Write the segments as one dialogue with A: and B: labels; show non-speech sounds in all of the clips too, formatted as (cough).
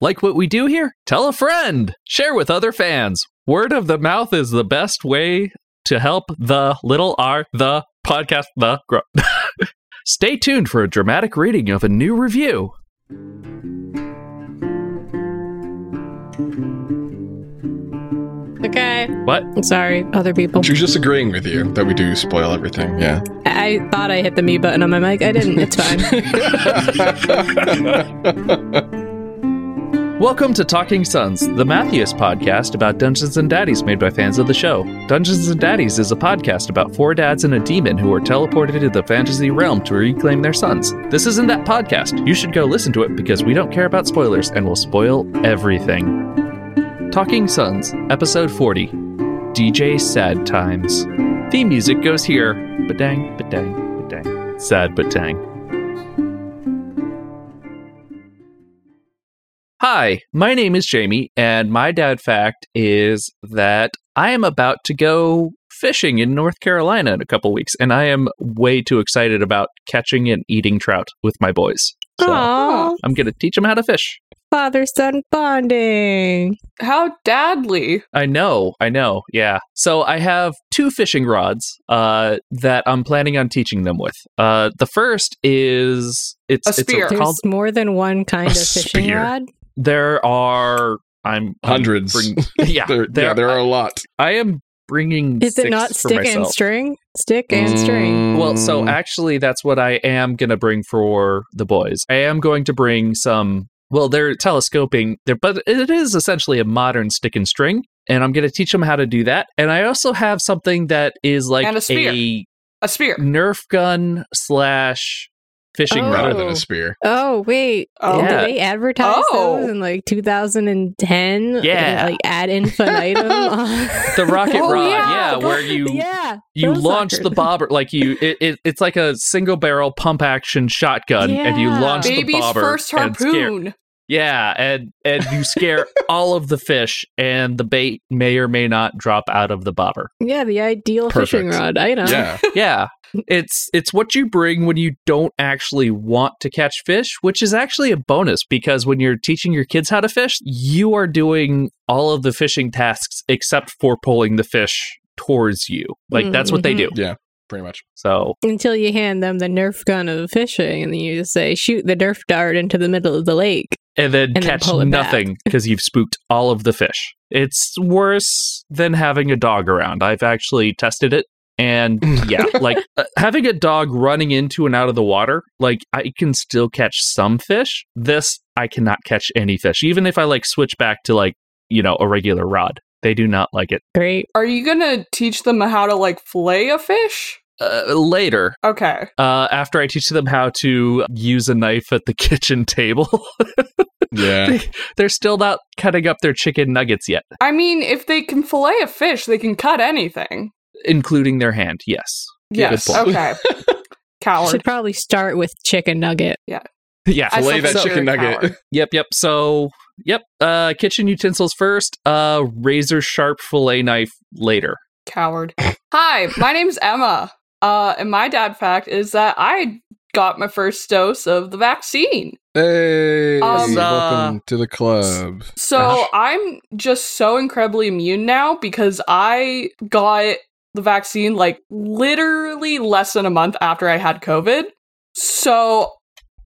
A: Like what we do here? Tell a friend, share with other fans. Word of the mouth is the best way to help the little r, the podcast, the grow. (laughs) Stay tuned for a dramatic reading of a new review.
B: Okay.
A: What?
B: I'm sorry, other people.
C: She's just agreeing with you that we do spoil everything. Yeah.
B: I I thought I hit the me button on my mic. I didn't.
A: (laughs)
B: It's fine.
A: Welcome to Talking Sons, the Matthias podcast about Dungeons and Daddies made by fans of the show. Dungeons and Daddies is a podcast about four dads and a demon who are teleported to the fantasy realm to reclaim their sons. This isn't that podcast. You should go listen to it because we don't care about spoilers and will spoil everything. Talking Sons, episode 40. DJ Sad Times. Theme music goes here. Ba-dang, ba-dang, ba-dang. Sad but dang. Hi, my name is Jamie, and my dad fact is that I am about to go fishing in North Carolina in a couple weeks, and I am way too excited about catching and eating trout with my boys. So
B: Aw,
A: I'm going to teach them how to fish.
B: father son bonding.
D: How dadly.
A: I know, I know, yeah. So I have two fishing rods uh, that I'm planning on teaching them with. Uh, the first is it's
D: A
A: it's
D: spear.
B: There's
A: called.
B: more than one kind
C: A
B: of fishing
C: spear.
B: rod.
A: There are I'm I'm
C: Hundreds.
A: bring- (laughs)
C: (laughs)
A: yeah,
C: There, yeah, there are a lot.
A: I am bringing.
B: Is it
A: six
B: not
A: for
B: stick and
A: myself. Mm.
B: string? Stick and string.
A: Well, so
C: Mm.
A: actually, that's what I am going to bring for the boys. I am going to bring some. Well, they're telescoping, they're, but it is essentially a modern stick and string, and I'm going to teach them how to do that. And I also have something that is like
D: And a spear. A spear.
A: Nerf gun slash fishing
B: Oh.
C: better
A: rod.
C: than a spear.
B: Oh wait,
D: Oh.
B: did
A: Yeah.
B: they advertise
D: Oh.
B: those in like 2010?
A: Yeah.
B: like
A: (laughs)
B: ad infinitum. on-
A: The
B: (laughs)
A: rocket
D: (laughs) Oh,
A: rod, yeah,
D: yeah.
A: where you
B: yeah,
A: you
B: those
A: launch
B: suckers.
A: the bobber like you it, it it's like a single barrel pump action shotgun, and you
B: Yeah.
A: launch the
D: Baby's
A: bobber
D: first
A: and scare-
D: harpoon.
A: Yeah, and and you scare all of the fish, and the bait may or may not drop out of the bobber.
B: Yeah, the ideal fishing
C: Perfect.
B: rod item.
C: Yeah.
A: Yeah, it's it's what you bring when you don't actually want to catch fish, which is actually a bonus because when you're teaching your kids how to fish, you are doing all of the fishing tasks except for pulling the fish towards you. Like that's what they do.
C: Yeah. Pretty much.
A: So
B: Until you hand them the Nerf gun of fishing, and then you just say, "Shoot the Nerf dart into the middle of the lake."
A: and then
B: And then
A: catch
B: pull it back.
A: nothing because you've spooked all of the fish. It's worse than having a dog around. I've actually tested it. And yeah, like uh, having a dog running into and out of the water, like I can still catch some fish. This, I cannot catch any fish, even if I like switch back to like, you know, a regular rod. They do not like it.
B: Great.
D: Are you gonna teach them how to like fillet a fish?
A: Uh, later,
D: Okay.
A: uh, after I teach them how to use a knife at the (laughs) kitchen table, (laughs)
C: Yeah.
A: they're still not cutting up their chicken nuggets yet,
D: I mean, if they can fillet a fish, they can cut anything.
A: including their hand. Yes.
D: Yes.
A: Good point.
D: Okay.
B: Should
D: Coward.
B: probably start with chicken
C: (laughs)
B: nugget.
A: (laughs) Yeah.
D: I
C: Fillet
D: still
C: that
D: think
C: chicken
D: you're a
C: nugget.
D: coward.
A: Yep, yep. So, yep. Uh, kitchen utensils first. Uh, razor sharp fillet knife later.
D: Coward. Hi, my name's Emma. Uh, and my dad fact is that I got my first dose of the vaccine.
C: Hey.
D: Um,
C: welcome to the club.
D: So
A: Gosh.
D: I'm just so incredibly immune now because I got the vaccine like literally less than a month after I had COVID. So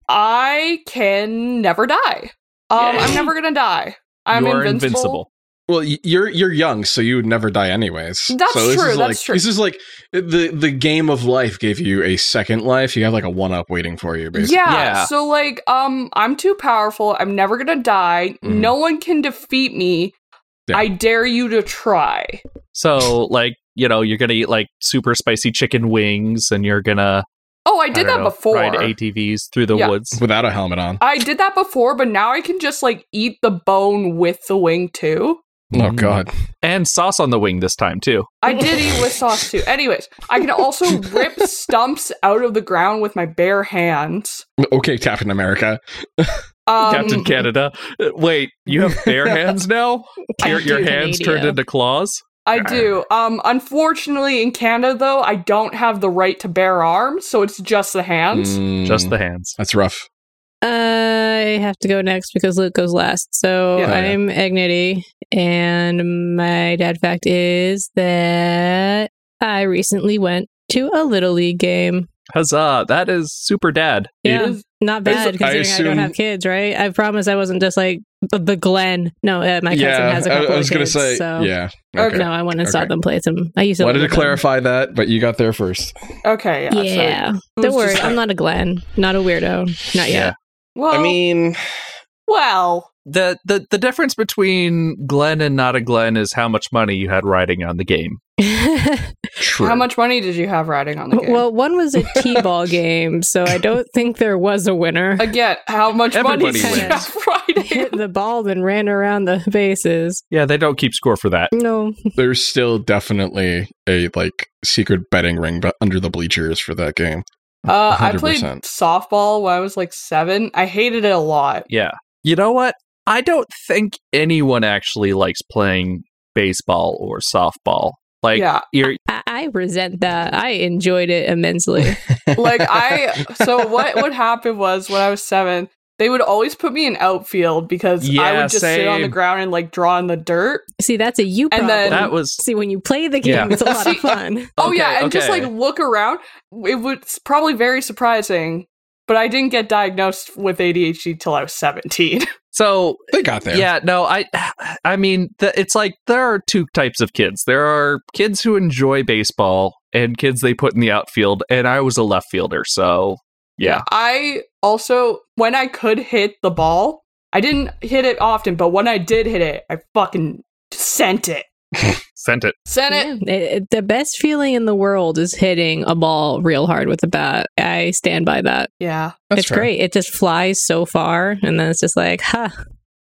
D: I can never die. Um,
A: Yay.
D: I'm never gonna die. I'm
A: You're
D: invincible.
C: Well, y- you're you're young, so you would never die anyways.
D: That's
C: so this
D: true,
C: Is
D: that's
C: like,
D: true.
C: This is like the the game of life gave you a second life. You have like a one up waiting for you, basically.
D: Yeah,
A: Yeah.
D: So like, um, I'm too powerful. I'm never gonna die.
A: Mm-hmm.
C: Mhm.
D: No one can defeat me.
C: Yeah.
D: I dare you to try.
A: So, like, you know, you're gonna eat like super spicy chicken wings, and you're gonna
D: Oh, I did
A: don't
D: that
A: know,
D: before.
A: ride ATVs through the
D: Yeah.
A: woods.
C: Without a helmet on.
D: I did that before, but now I can just like eat the bone with the wing too.
C: Oh
A: Mm.
C: god.
A: And sauce on the wing this time too.
D: I did eat with sauce too. Anyways, I can also rip stumps out of the ground with my bare hands.
C: Okay, Captain America.
D: Um,
A: Captain Canada. Uh, Wait, you have
D: (laughs)
A: bare hands now? Your, your
B: Captain
A: hands
B: Canada.
A: turned into claws?
D: I do. Um, unfortunately, in Canada though, I don't have the right to bare arms, so it's just the hands.
C: Mm,
A: Just the hands.
C: That's rough.
B: I have to go next because Luke goes last. So
D: Yeah.
C: Oh, yeah.
B: I'm Agnity, and my dad fact is that I recently went to a little league game.
A: Huzzah! That is super dad.
B: Yeah,
D: is-
B: not
C: I
B: bad
C: s- I
B: considering I, don't
C: assume-
B: have kids, right? I promise I wasn't just like the- the Glen. No, uh, my cousin has a
C: I-
B: couple
C: I, was
B: of
C: gonna
B: kids.
C: say,
B: so
C: yeah.
D: Okay.
B: no, I went and saw
C: Okay.
B: them play some. I used to.
C: Wanted
B: live
C: to
B: with them.
C: clarify that, but you got there first.
D: Okay. Yeah. so
B: Yeah,
D: it was
B: don't worry.
D: just like-
B: I'm not a Glen. Not a weirdo. Not yet.
D: well,
C: I mean,
D: well,
A: The, the the difference between Glenn and not a Glenn is how much money you had riding on the game.
B: (laughs)
C: true.
D: how much money did you have riding on the game?
B: Well, one was a T-ball game, so I don't think there was a
D: (laughs)
B: winner. (laughs)
D: again, how much money
A: Everybody
D: did you
B: wins.
D: have (laughs) riding?
B: Hit the ball and ran around the bases.
A: Yeah, they don't keep score for that.
B: No,
C: There's still definitely a like secret betting ring be- under the bleachers for that game.
D: Uh, I played
C: 100%.
D: softball when I was like seven. I hated it a lot.
A: Yeah. You know what? I don't think anyone actually likes playing baseball or softball. Like
D: yeah,
A: you're
B: I, I resent that. I enjoyed it immensely. (laughs)
D: like
A: (laughs)
C: (laughs)
D: I. So what would happen was when I was seven, they would always put me in outfield because I
A: Yeah,
D: would just sit on the
A: same.
D: ground and like draw in the dirt.
B: See, that's a you
D: And
B: problem.
D: then-
A: that was
B: See, when you play the game,
A: Yeah.
B: it's a lot of
D: See,
B: fun.
D: Oh
A: Okay,
D: yeah, and just
A: okay.
D: like look around. It was probably very surprising, but I didn't get diagnosed with ADHD till I was seventeen.
A: so
C: They got there.
A: Yeah, no, I I mean, the, it's like there are two types of kids. There are kids who enjoy baseball and kids they put in the outfield and I was a left fielder, so yeah.
D: (laughs) I also when I could hit the ball, I didn't hit it often, but when I did hit it, I fucking sent it.
A: Sent it.
D: Sent it.
B: Yeah. It- it- the best feeling in the world is hitting a ball real hard with a bat. I stand by that.
D: Yeah.
C: That's
B: it's
C: fair.
B: great. It just flies so far, and then it's just like, huh,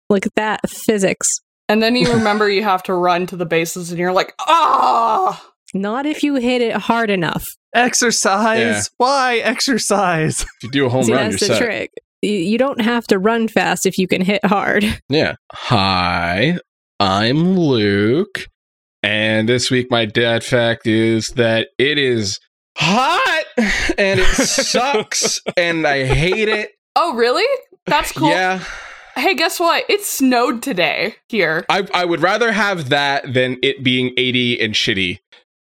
B: look at that physics.
D: And then you remember you have to run to the bases and you're like, ah
B: Not if you hit it hard enough.
A: Exercise.
C: Yeah.
A: Why exercise? (laughs)
C: If you do a home
B: See,
C: run,
B: that's
C: you're
B: the
C: set.
B: trick. You, you don't have to run fast if you can hit
C: (laughs)
B: hard.
C: Yeah. Hi, I'm Luke. And this week, my dad fact is that it is hot
B: (laughs)
C: and it sucks and I hate it.
D: Oh really? That's cool.
C: Yeah.
D: Hey, guess what? It snowed today here.
C: I, I would rather have that than it being 80 and shitty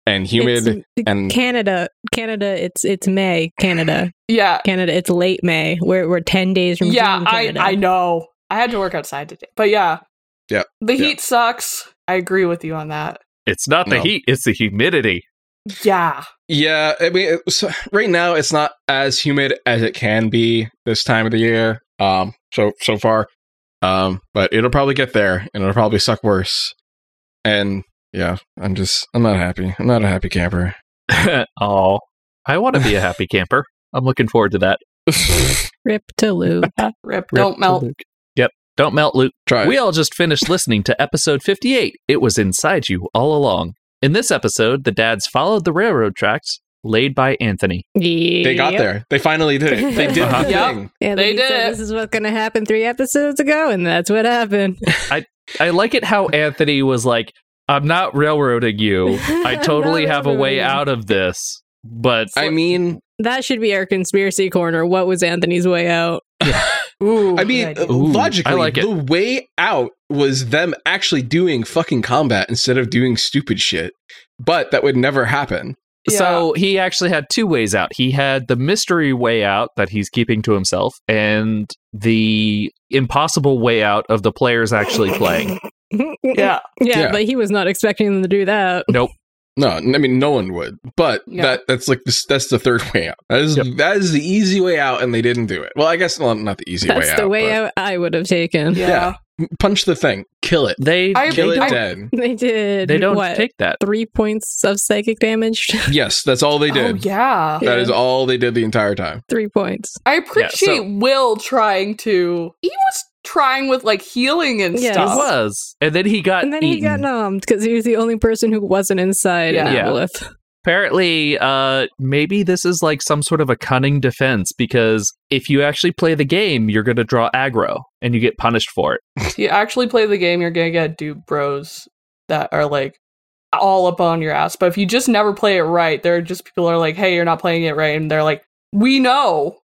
C: and humid.
B: It's-
C: and-
B: Canada, Canada. It's it's May, Canada,
D: Yeah.
B: Canada. It's late May. We're we're ten days from
D: Yeah,
B: June,
D: I
B: Canada.
D: I know. I had to work outside today. But yeah.
C: Yeah,
D: The
C: yeah.
D: heat sucks. I agree with you on that.
A: It's not the
C: No.
A: heat, it's the humidity. (laughs)
D: Yeah.
C: yeah. I mean, it was- right now, it's not as humid as it can be this time of the year. Um, so, so far. Um, but it'll probably get there and it'll probably suck worse. And yeah, I'm just, I'm not happy. I'm not a happy camper. (laughs)
A: oh, I want to be a happy camper. I'm looking forward to that.
B: Rip to Luke.
D: Rip,
A: Rip
D: don't
A: to
D: melt.
A: Luke. Yep. Don't melt, Luke.
C: Try it.
A: We all just finished listening to episode 58. It was inside you all along. In this episode, the dads followed the railroad tracks laid by Anthony.
C: (laughs) They got there. They finally did it.
A: (laughs)
C: They did
A: Uh-huh.
C: the
D: Yep.
C: thing.
D: They did it.
B: This is what's going to happen three episodes ago, and that's what happened.
A: I like it how Anthony was like, I'm not railroading
B: (laughs)
A: you. I
B: I'm
A: totally
B: not
A: have a way
B: railroading you."
A: out of this. But
C: I mean,
B: That should be our conspiracy corner. What was Anthony's way out?
D: Ooh,
C: I mean,
D: good idea.
A: Ooh,
C: logically,
A: I like it.
C: the way out was them actually doing fucking combat instead of doing stupid shit. But that would never happen.
A: so he actually had two ways out. He had the mystery way out that he's keeping to himself, and the impossible way out of the players actually playing.
B: (laughs) yeah,
D: yeah.
C: Yeah.
B: but he was not expecting them to do that.
C: No, I mean, no one would. But
D: Yeah.
C: that that's like this, that's the third (laughs) way out. That is
A: Yep.
C: that is the easy way out, and they didn't do it. Well, I guess well, not the easy
B: That's
C: way
B: the
C: out.
B: way
C: but
B: out I would have taken.
D: Yeah.
C: Yeah. Punch the thing, kill it,
A: They
D: I-
C: kill
D: they
C: it
D: don't-
C: dead.
B: (laughs) They did.
A: they don't
B: what,
A: take that.
B: three points of psychic damage. (laughs)
C: yes, that's all they
D: Oh
C: did.
D: yeah.
C: That
B: Yeah.
C: is all they did the entire time.
B: three points.
D: I appreciate
A: so-
D: Will trying to. He was trying with like healing and
B: Yeah.
A: He
B: Yes.
D: stuff.
A: was, and then he got
B: And then he
A: eaten.
B: got numbed because he was the only person who wasn't inside
D: Yeah.
B: in
A: Yeah.
B: Aboleth. (laughs)
A: apparently uh maybe this is like some sort of a cunning defense because if you actually play the game you're going to draw aggro and you get punished for it
D: If you actually play the game, you're gonna get dude bros that are like all up on your ass. But if you just never play it right, there are just people that are like, "Hey, you're not playing it right," and they're like, "We know."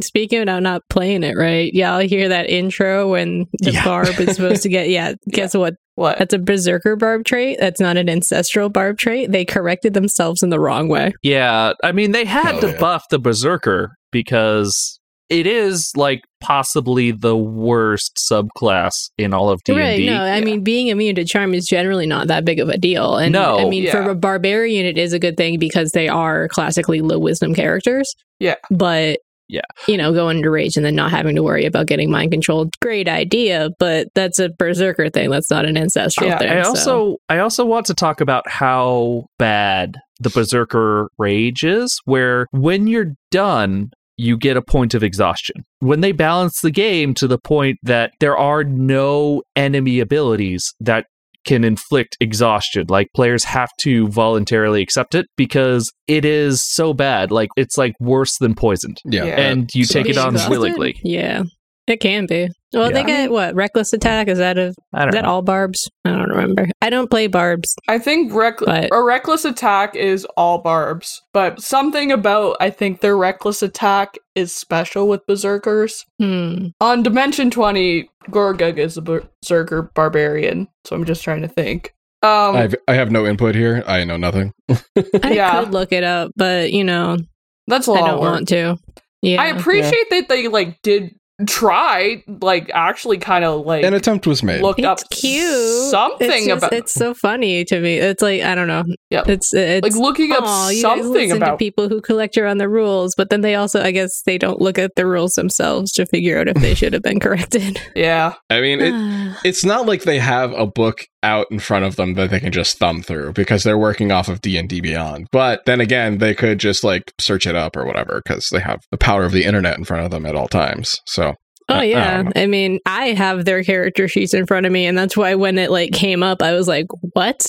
B: Speaking of not playing it right, y'all hear that intro when the
C: Yeah.
B: barb is supposed to get? Yeah, guess what?
D: What?
B: That's a berserker barb trait. That's not an ancestral barb trait. They corrected themselves in the wrong way.
A: Yeah, I mean they had
C: Oh,
A: to
C: yeah.
A: buff the berserker because it is like possibly the worst subclass in all of D and
B: right? No,
A: D.
B: I
D: Yeah.
B: mean being immune to charm is generally not that big of a deal. And
A: No.
B: I mean for
D: Yeah.
B: a barbarian, it is a good thing because they are classically low wisdom characters.
D: Yeah.
B: but
A: Yeah.
B: you know, going into rage and then not having to worry about getting mind controlled, great idea. But that's a berserker thing. That's not an ancestral
D: Yeah.
B: thing.
A: I
B: so-
A: also I also want to talk about how bad the berserker rage is, where when you're done, you get a point of exhaustion. When they balance the game to the point that there are no enemy abilities that can inflict exhaustion. Like players have to voluntarily accept it because it is so bad. Like it's like worse than poisoned.
C: Yeah.
D: Yeah.
A: And you take it
B: Being
A: on
B: exhausted?
A: willingly.
B: Yeah, it can be. Well,
A: Yeah.
B: they get what reckless attack is that a
A: I
B: is
A: don't
B: that
A: know.
B: all barbs? I don't remember. I don't play barbs.
D: I think reck-
B: But-
D: a reckless attack is all barbs, but something about I think their reckless attack is special with berserkers.
B: Hmm.
D: On Dimension 20, Gorgug is a berserker barbarian, so I'm just trying to think. Um,
C: I've, I have no input here. I know nothing.
B: I
D: Yeah.
B: could look it up, but you know,
D: that's a
B: I
D: lot
B: don't
D: of work.
B: want to. Yeah,
D: I appreciate that they like did try, like actually kind of like
C: An attempt was made.
D: looked
B: it's
D: up
B: cute.
D: something
B: it's just-
D: about
B: it's so funny to me. It's like I don't know.
D: Yeah.
B: it's it's
D: like looking up
B: aw, you guys
D: something
B: listen to
D: about
B: people who collect around the rules, but then they also, I guess, they don't look at the rules themselves to figure out if
D: (laughs)
B: they should have been corrected. (laughs)
D: yeah
C: I
B: (sighs)
C: mean, it, it's not like they have a book out in front of them that they can just thumb through because they're working off of D&D Beyond. But then again, they could just like search it up or whatever because they have the power of the internet in front of them at all times. So,
B: Oh
C: I- I
B: yeah.
C: don't know.
B: I, mean, I have their character sheets in front of me and that's why when it like came up, I was like, "What?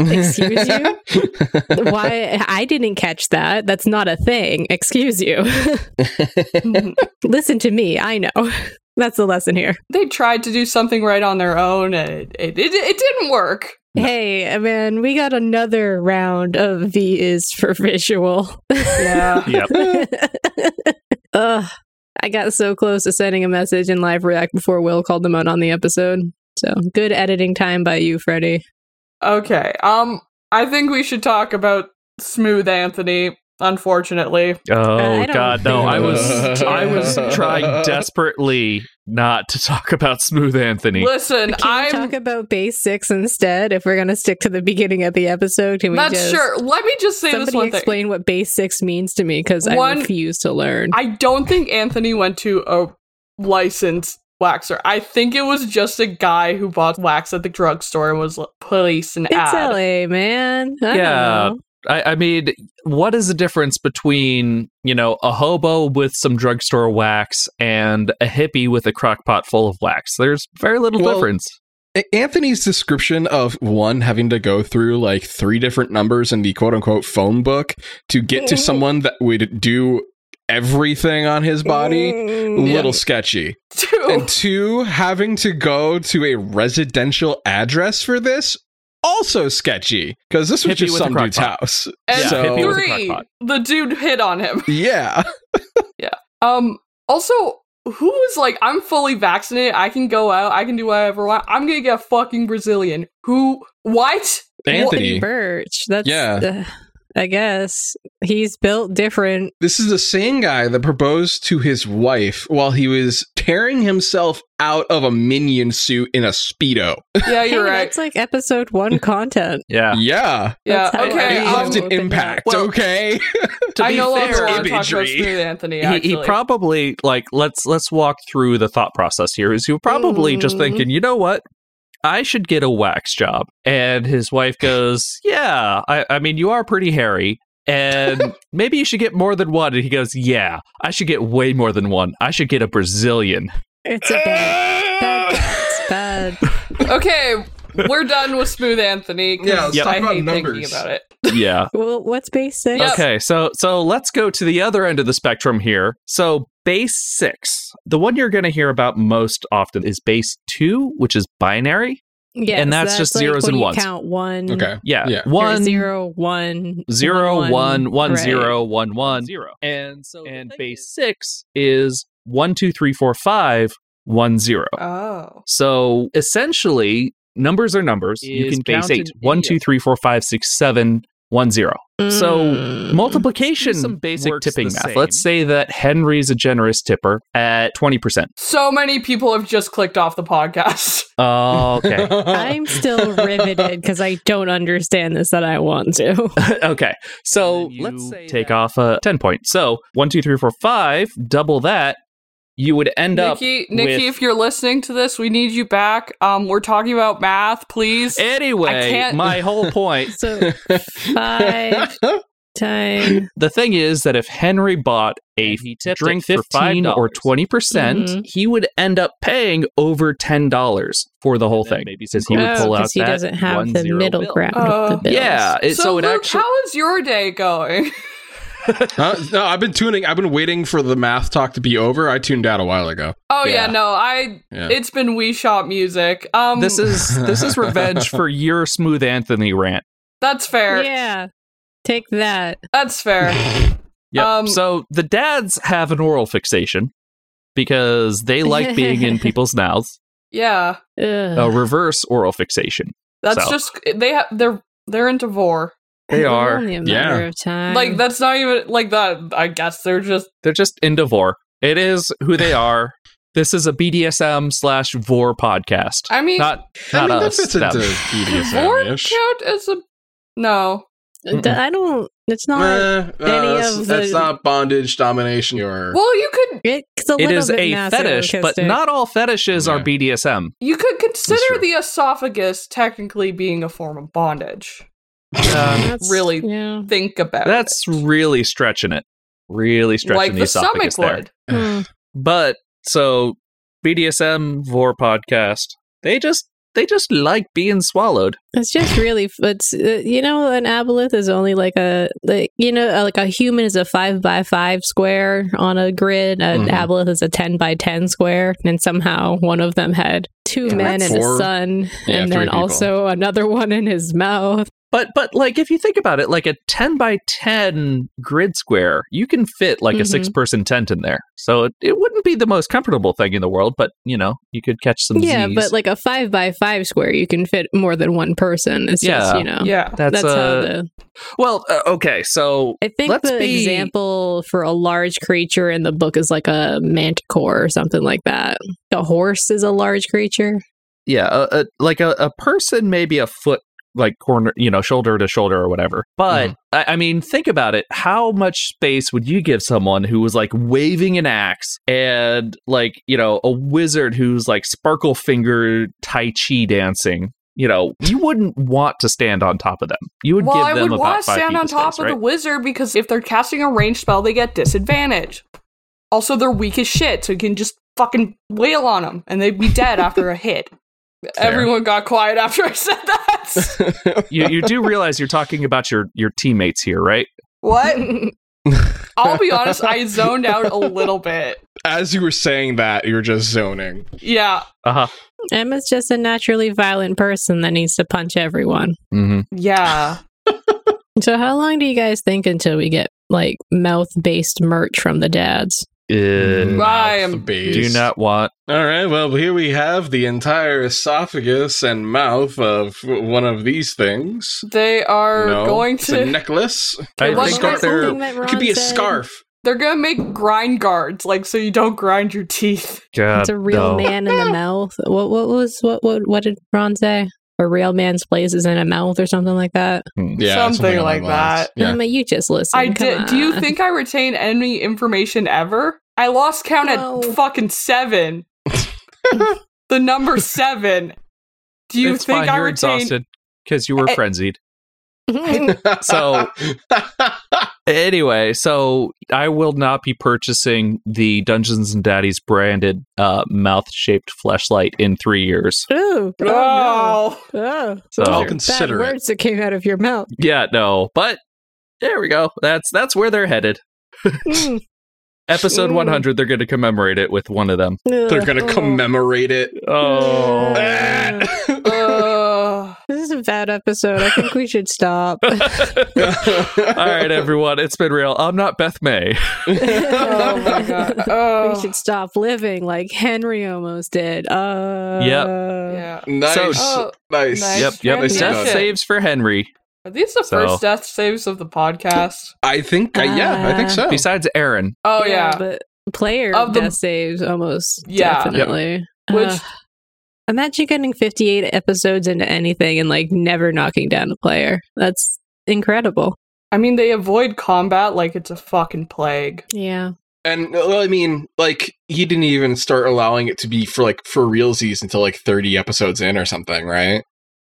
B: Excuse
C: (laughs)
B: you?
D: (laughs)
B: Why I didn't catch that. That's not a thing. Excuse you. (laughs) Mhm. Listen to me. I know." (laughs) That's the lesson here.
D: (laughs) they tried to do something right on their own and it it, it, it
B: (laughs)
D: didn't work
C: No.
B: Hey, man, we got another round of V is for (laughs)
D: (laughs)
B: visual.
D: yeah
A: Yep.
B: Ugh. I got so close to sending a message in live react before Will called them out on the episode. So good editing time by you, Freddie.
D: okay um i think we should talk about smooth anthony unfortunately
A: Oh
B: Uh, I don't
A: God, no!
B: think
A: I was
B: (laughs) we
A: I was
B: can.
A: trying desperately not to talk about Smooth Anthony.
D: listen
B: Can we
D: i'm
B: talk about base six instead? If we're gonna stick to the beginning of the episode, can we
D: that's
B: just
D: sure let me just say this
B: somebody
D: one thing
B: explain what base six means to me? Because I
D: One-
B: refuse to learn.
D: i don't think anthony went to a licensed waxer i think it was just a guy who bought wax at the drugstore and was like, police an
B: it's
D: ad (laughs)
B: LA, man.
A: Yeah.
B: I yeah,
A: I, I mean, what is the difference between you know a hobo with some drugstore wax and a hippie with a crock pot full of wax? There's very little
C: Well,
A: difference.
C: A- Anthony's description of one having to go through like three different numbers in the quote unquote phone book to get to someone that would do everything on his body,
D: Mm.
C: little sketchy.
D: Dude.
C: And two, having to go to a residential address for this, also sketchy because this was
A: Hippie
C: just
A: with a
C: some
A: crock
C: dude's
A: pot.
C: house.
D: And
A: Yeah,
C: so,
A: hippie with a
D: three,
A: crackpot.
D: the dude hit on him.
C: yeah.
D: Um. Also, who was like, "I'm fully vaccinated. I can go out. I can do whatever I want. I'm gonna get a fucking Brazilian." Who? What?
C: Anthony,
B: Birch. That's
C: Yeah.
B: uh, I guess he's built different.
C: this is the same guy that proposed to his wife while he was tearing himself out of a minion suit in a Speedo.
D: Yeah, you're
B: hey,
D: right.
B: That's like
A: (laughs)
B: episode one content.
A: Yeah.
C: Yeah.
D: Yeah.
B: That's how
D: Okay.
B: it
C: He
B: is.
D: Um,
C: left an
B: open
C: impact,
A: up. Well,
C: okay?
A: To
D: I
A: be
D: no longer
A: fair,
D: want to talk about
C: imagery.
D: Smooth Anthony.
A: he,
D: Actually,
A: he probably like let's let's walk through the thought process here. Is he was probably just
B: Mhm.
A: thinking, you know what? I should get a wax job. And his wife goes, Yeah, I, I mean you are pretty hairy. And maybe you should get more than one. And he goes, Yeah, I should get way more than one. I should get a Brazilian.
B: It's a bad, bad,
A: (laughs)
B: it's bad.
D: okay, we're done with Smooth Anthony. 'cause
C: Yeah, let's
D: I
C: talk
D: hate
C: about
D: thinking
C: numbers.
D: about it.
A: (laughs) Yeah.
B: Well, what's base six?
D: Yep.
A: Okay, so so let's go to the other end of the spectrum here. So base six, the one you're going to hear about most often is base two, which is binary.
B: Yes,
A: And that's just zeros
B: when
A: and
B: you
A: ones.
B: Count one.
C: Okay. (laughs)
A: Yeah.
C: Yeah.
B: One
A: One
B: zero one
A: zero
B: one,
A: one one
B: right.
A: zero one one zero and so and base six is one two three four five one zero
D: Oh.
A: so essentially numbers are numbers you
E: Is
A: can base
E: counted
A: eight one two three four five six seven one (clears throat) zero So,
B: Mm.
A: multiplication
E: Some basic
A: basic
E: works
A: tipping
E: the
A: math
E: same.
A: let's say that henry's a generous tipper at 20%
D: So many people have just clicked off the podcast.
A: (laughs) oh (laughs) okay
B: (laughs) I'm still
C: (laughs)
B: riveted because I don't understand this and I want to. (laughs)
A: okay so
E: And then
A: let's
E: you
A: say take off a 10 point so one two three four five double that you would (laughs) end up
D: Nikki, Nikki,
A: with-
D: if you're listening to this, we need you back. Um, we're talking about math, please. I
A: Anyway,
D: can't-
A: my (laughs) whole point.
B: So five times
A: The thing is that if Henry bought a
E: And he tipped
A: drink
E: it for
A: for fifteen or
E: $5.
A: twenty percent,
B: Mhm.
A: he would end up paying over ten dollars for the whole
E: And then
A: thing
E: maybe some
A: because he would
B: Oh,
A: pull
B: 'cause
A: out
B: he
A: that
B: doesn't have
A: one
B: the
A: zero
B: middle
A: bill.
B: ground
D: Oh.
B: of the bills.
A: Yeah, it, so, it
D: Luke,
A: actually
D: how is your day going? (laughs)
C: Huh? no, I've been tuning. I've been waiting for the math talk to be over. I tuned out a while ago.
D: Oh yeah,
A: Yeah.
D: no, I.
C: Yeah.
D: It's been Wii Shop music. Um,
A: this is this
E: (laughs)
A: is revenge for your smooth Anthony rant.
D: that's fair.
B: Yeah. Take that.
D: That's fair.
A: (laughs) Yep.
D: Um,
A: so the dads have an oral fixation because they like being
B: (laughs)
A: in people's mouths.
D: yeah,
A: Oh,
B: Ugh.
A: A reverse oral fixation.
D: that's
A: So.
D: just they have they're they're into vor.
A: They
B: It's
A: are.
B: Only a matter
C: Yeah.
B: of time.
D: Like that's not even like that. I guess they're just
A: They're just into vor. It is who they are. this is a BDSM slash vor podcast.
D: I mean,
A: not
C: I
A: not
C: mean, that
A: us.
C: fits
A: them.
C: into
D: vor
C: BDSM ish.
D: count as a no.
B: D- I don't. It's
A: Uh,
B: not. any
C: that's,
B: of
C: that's
B: the-
C: not bondage, domination, or
D: Well, you could
B: It's a
A: It
B: little
A: is
B: bit
A: a fetish, but
B: masochistic.
A: not all fetishes are
C: Yeah.
A: BDSM.
D: you could consider
C: true.
D: the esophagus technically being a form of bondage.
A: Um,
B: That's-
D: really
B: Yeah.
D: Think about
A: that's
D: it.
A: really stretching it. Really stretching
D: like
A: the,
D: the stomach
A: esophagus there.
D: would.
B: Hmm.
A: But so BDSM vor podcast, they just they just like being swallowed.
B: It's just really, it's uh, you know, an aboleth is only like a like you know, uh, like a human is a five by five square on a grid. An
C: Mhm.
B: aboleth is a ten by ten square, and somehow one of them had two
C: Yeah,
B: men and
C: four-
B: a son,
C: yeah,
B: and
C: three
B: then
C: people.
B: also another one in his mouth.
A: But but like if you think about it, like a ten by ten grid square, you can fit like a
B: Mhm.
A: six person tent in there. So it, it wouldn't be the most comfortable thing in the world, but you know you could catch some.
B: Yeah,
A: Z's.
B: but like a five by five square, you can fit more than one person. It's
A: Yeah.
B: just you know.
D: Yeah.
A: that's,
B: That's
A: uh,
B: how the.
A: well uh, okay. So
B: I think
A: let's
B: the
A: be-
B: example for a large creature in the book is like a manticore or something like that. A horse is a large creature.
A: yeah, a, a, like a, a person maybe a foot like corner, you know, shoulder to shoulder or whatever.
D: Mm-hmm.
A: But I, I mean, think about it. How much space would you give someone who was like waving an axe and like, you know, a wizard who's like sparkle finger tai chi dancing? You know, you wouldn't want to stand on top of them. You would
D: well,
A: give
D: I
A: them
D: would
A: about
D: want to
A: five
D: stand
A: feet
D: on top
A: space,
D: of the
A: right?
D: wizard because if they're casting a ranged spell, they get disadvantage. Also, they're weak as shit, so you can just fucking wail on them, and they'd be
A: (laughs)
D: dead after a hit. Everyone got quiet after I said
A: (laughs)
D: that.
A: you, you
D: (laughs)
A: do realize you're talking about your your teammates here, right? (laughs)
D: what? I'll be honest, I zoned out a little bit.
C: (laughs) as you were saying that, you're just zoning.
D: Yeah,
A: Uh huh.
B: Emma's just a naturally violent person that needs to punch everyone.
A: Mm-hmm.
D: yeah.
B: So, how long do you guys think until we get like mouth based merch from the dads?
D: Rhyme.
C: Mouth the base.
A: do not want
C: All right. Well, here we have the entire esophagus and mouth of one of these things.
D: They are
C: No,
D: going
C: it's a
D: to.
C: necklace.
A: I
D: It
A: think
D: wasn't
A: that
D: like
A: they're
B: that
C: It could be a scarf.
D: they're gonna make grind guards, like so you don't grind your teeth.
A: God,
B: It's a real
A: Uh, no.
B: man in the mouth. What what was what what what did Ron say? A real man's place is in a mouth or something like that.
D: Something
C: along those
D: like
B: Yeah.
C: lines.
B: Emma, you just listen.
D: I
B: Come
D: did. Do you
B: on.
D: think I retain any information ever? I lost count
B: No.
D: at fucking (laughs) seven. the number seven. Do you
A: it's
D: think
A: fine.
D: I
A: You're
D: retain?
A: exhausted because you were
D: I-
A: frenzied.
B: I
C: Yeah.
A: So- Anyway, so I will not be purchasing the Dungeons and Daddies branded uh, mouth-shaped fleshlight in three years.
B: Ooh, (laughs) oh,
D: Oh,
B: no. oh.
A: So
C: I'll
B: Bad
C: consider it.
B: words that came out of your
D: (laughs)
B: mouth.
A: yeah, no, but there we go. That's that's where they're headed.
B: Mm.
A: Episode
B: Mm.
A: 100, they're going to
D: (laughs)
A: commemorate it with one of them.
C: They're gonna
B: Ugh.
C: commemorate it. (laughs)
A: Oh,
B: Yeah.
C: Ah.
B: that episode. I think we should
C: (laughs)
B: stop.
A: All right, (laughs) everyone. It's been real. I'm not Beth May.
D: (laughs) Oh my god.
B: we
D: Oh.
B: should stop living like Henry almost did. Uh,
D: Yeah.
C: nice,
A: So-
D: Oh,
C: nice.
D: nice.
A: Yep, yep.
C: Nice
A: Death
C: transition.
A: saves for Henry.
D: Are these the
A: So-
D: first death saves of the podcast?
C: I think, uh, yeah, I think
B: Uh,
C: so.
A: Besides Aaron,
D: Oh yeah.
B: But player
D: Of the-
B: death saves almost
D: Yeah. Yep.
B: definitely.
D: Which
B: Ugh. imagine getting 58 episodes into anything and like never knocking down a player. That's incredible.
D: I mean they avoid combat like it's a fucking plague.
B: Yeah.
C: And well, I mean, like he didn't even start allowing it to be for like for realsies until like thirty episodes in or something, right?